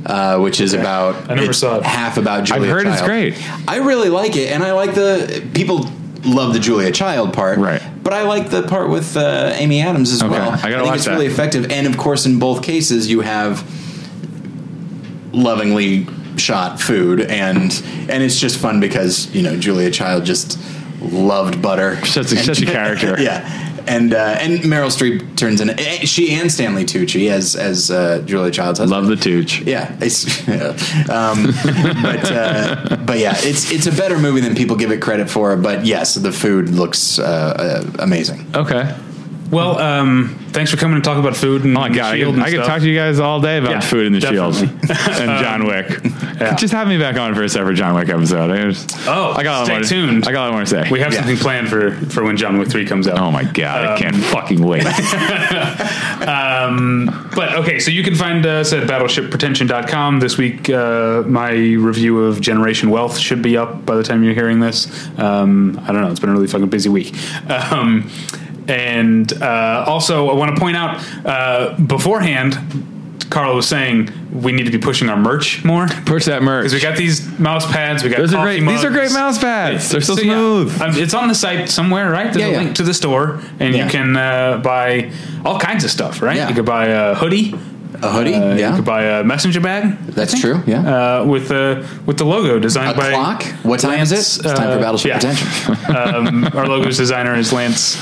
uh, which is about I never it's saw it. half about Julia. heard it's Child. great. I really like it, and I like the people love the Julia Child part, Right. But I like the part with uh, Amy Adams as Okay, well. I gotta think watch it's that. really effective, and of course, in both cases, you have lovingly shot food, and and it's just fun because you know Julia Child just loved butter Such a- and- such a character. yeah, and uh, and Meryl Streep turns in. eh, She and Stanley Tucci as as uh, Julia Child's husband. Love the tooch. Yeah, it's, yeah. Um, but uh, but yeah, it's it's a better movie than people give it credit for. But yes, the food looks uh, uh, amazing. Okay. Well, um, thanks for coming to talk about food and Oh my god, I shield could, and I could stuff. talk to you guys all day about Yeah, food in the shield definitely. and John Wick. Just have me back on for a separate John Wick episode. I just- Oh, I got a lot stay more, tuned. I got a lot more to say. We have Um, Yeah. something planned for for when John Wick three comes out. oh my god, I can't fucking wait. But okay, so you can find us at battleshippretension.com. This week, uh, my review of Generation Wealth should be up by the time you're hearing this. Um, I don't know. It's been a really fucking busy week. Um, and uh, also, I want to point out uh, beforehand, Carla was saying we need to be pushing our merch more. Push that merch. Because we got these mouse pads, we got Those are coffee great. These are mugs. great mouse pads. They're so, yeah, smooth. um, it's on the site somewhere, right? There's Yeah, a yeah. link to the store, and Yeah. you can uh, buy all kinds of stuff, right? Yeah. You could buy a hoodie. A hoodie, Uh, You yeah, could buy a messenger bag. I That's think, true, yeah. Uh, with uh, with the logo designed a by clock. What time is Lance, it? It's time uh, for Battleship yeah. Attention. um, our logo's designer is Lance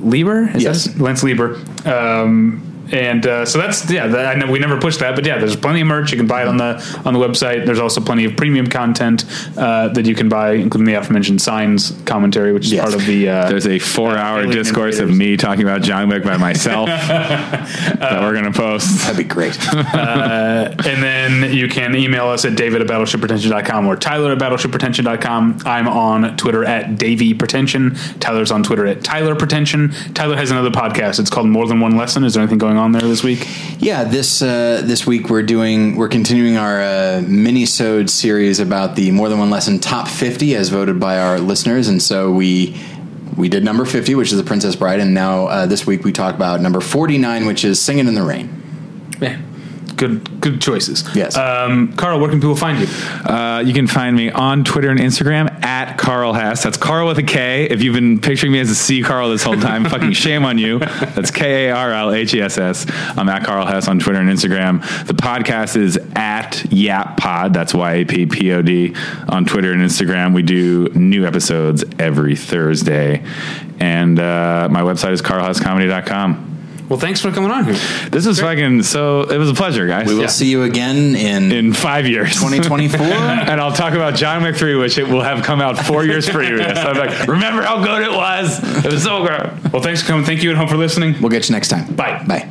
Lieber. Is Yes. that- Lance Lieber. Um, and uh, so that's yeah. That, I know we never pushed that, but yeah, there's plenty of merch you can buy it on the on the website. There's also plenty of premium content uh, that you can buy, including the aforementioned signs commentary, which is Yes. part of the. Uh, There's a four-hour Alien discourse of invaders. me talking about John Wick by myself that we're gonna post. That'd be great. and then you can email us at david at battleshipretention.com or tyler at battleshipretention.com. I'm on Twitter at Davey Pretension. Tyler's on Twitter at Tyler Pretension. Tyler has another podcast. It's called More Than One Lesson. Is there anything going on there this week? Yeah, this uh, this week we're doing we're continuing our uh, mini-sode series about the more than one lesson top fifty as voted by our listeners, and so we we did number fifty, which is the Princess Bride, and now uh, this week we talk about number forty-nine, which is Singing in the Rain. Yeah. Good, good choices. Yes. Um, Carl, where can people find you? Uh, you can find me on Twitter and Instagram at Carl Hess. That's Carl with a K. If you've been picturing me as a C Carl this whole time, fucking shame on you. That's K A R L H E S S. I'm at Carl Hess on Twitter and Instagram. The podcast is at Yap Pod. That's Y A P P O D on Twitter and Instagram. We do new episodes every Thursday. And uh, my website is carlhesscomedy.com. Well, thanks for coming on here. This is fucking so. It was a pleasure, guys. We will see you again in, in five years. 2024. and I'll talk about John Wick 3, which it will have come out four years previous. I'm like, remember how good it was? It was so good. Well, thanks for coming. Thank you at home for listening. we'll get you next time. Bye. Bye.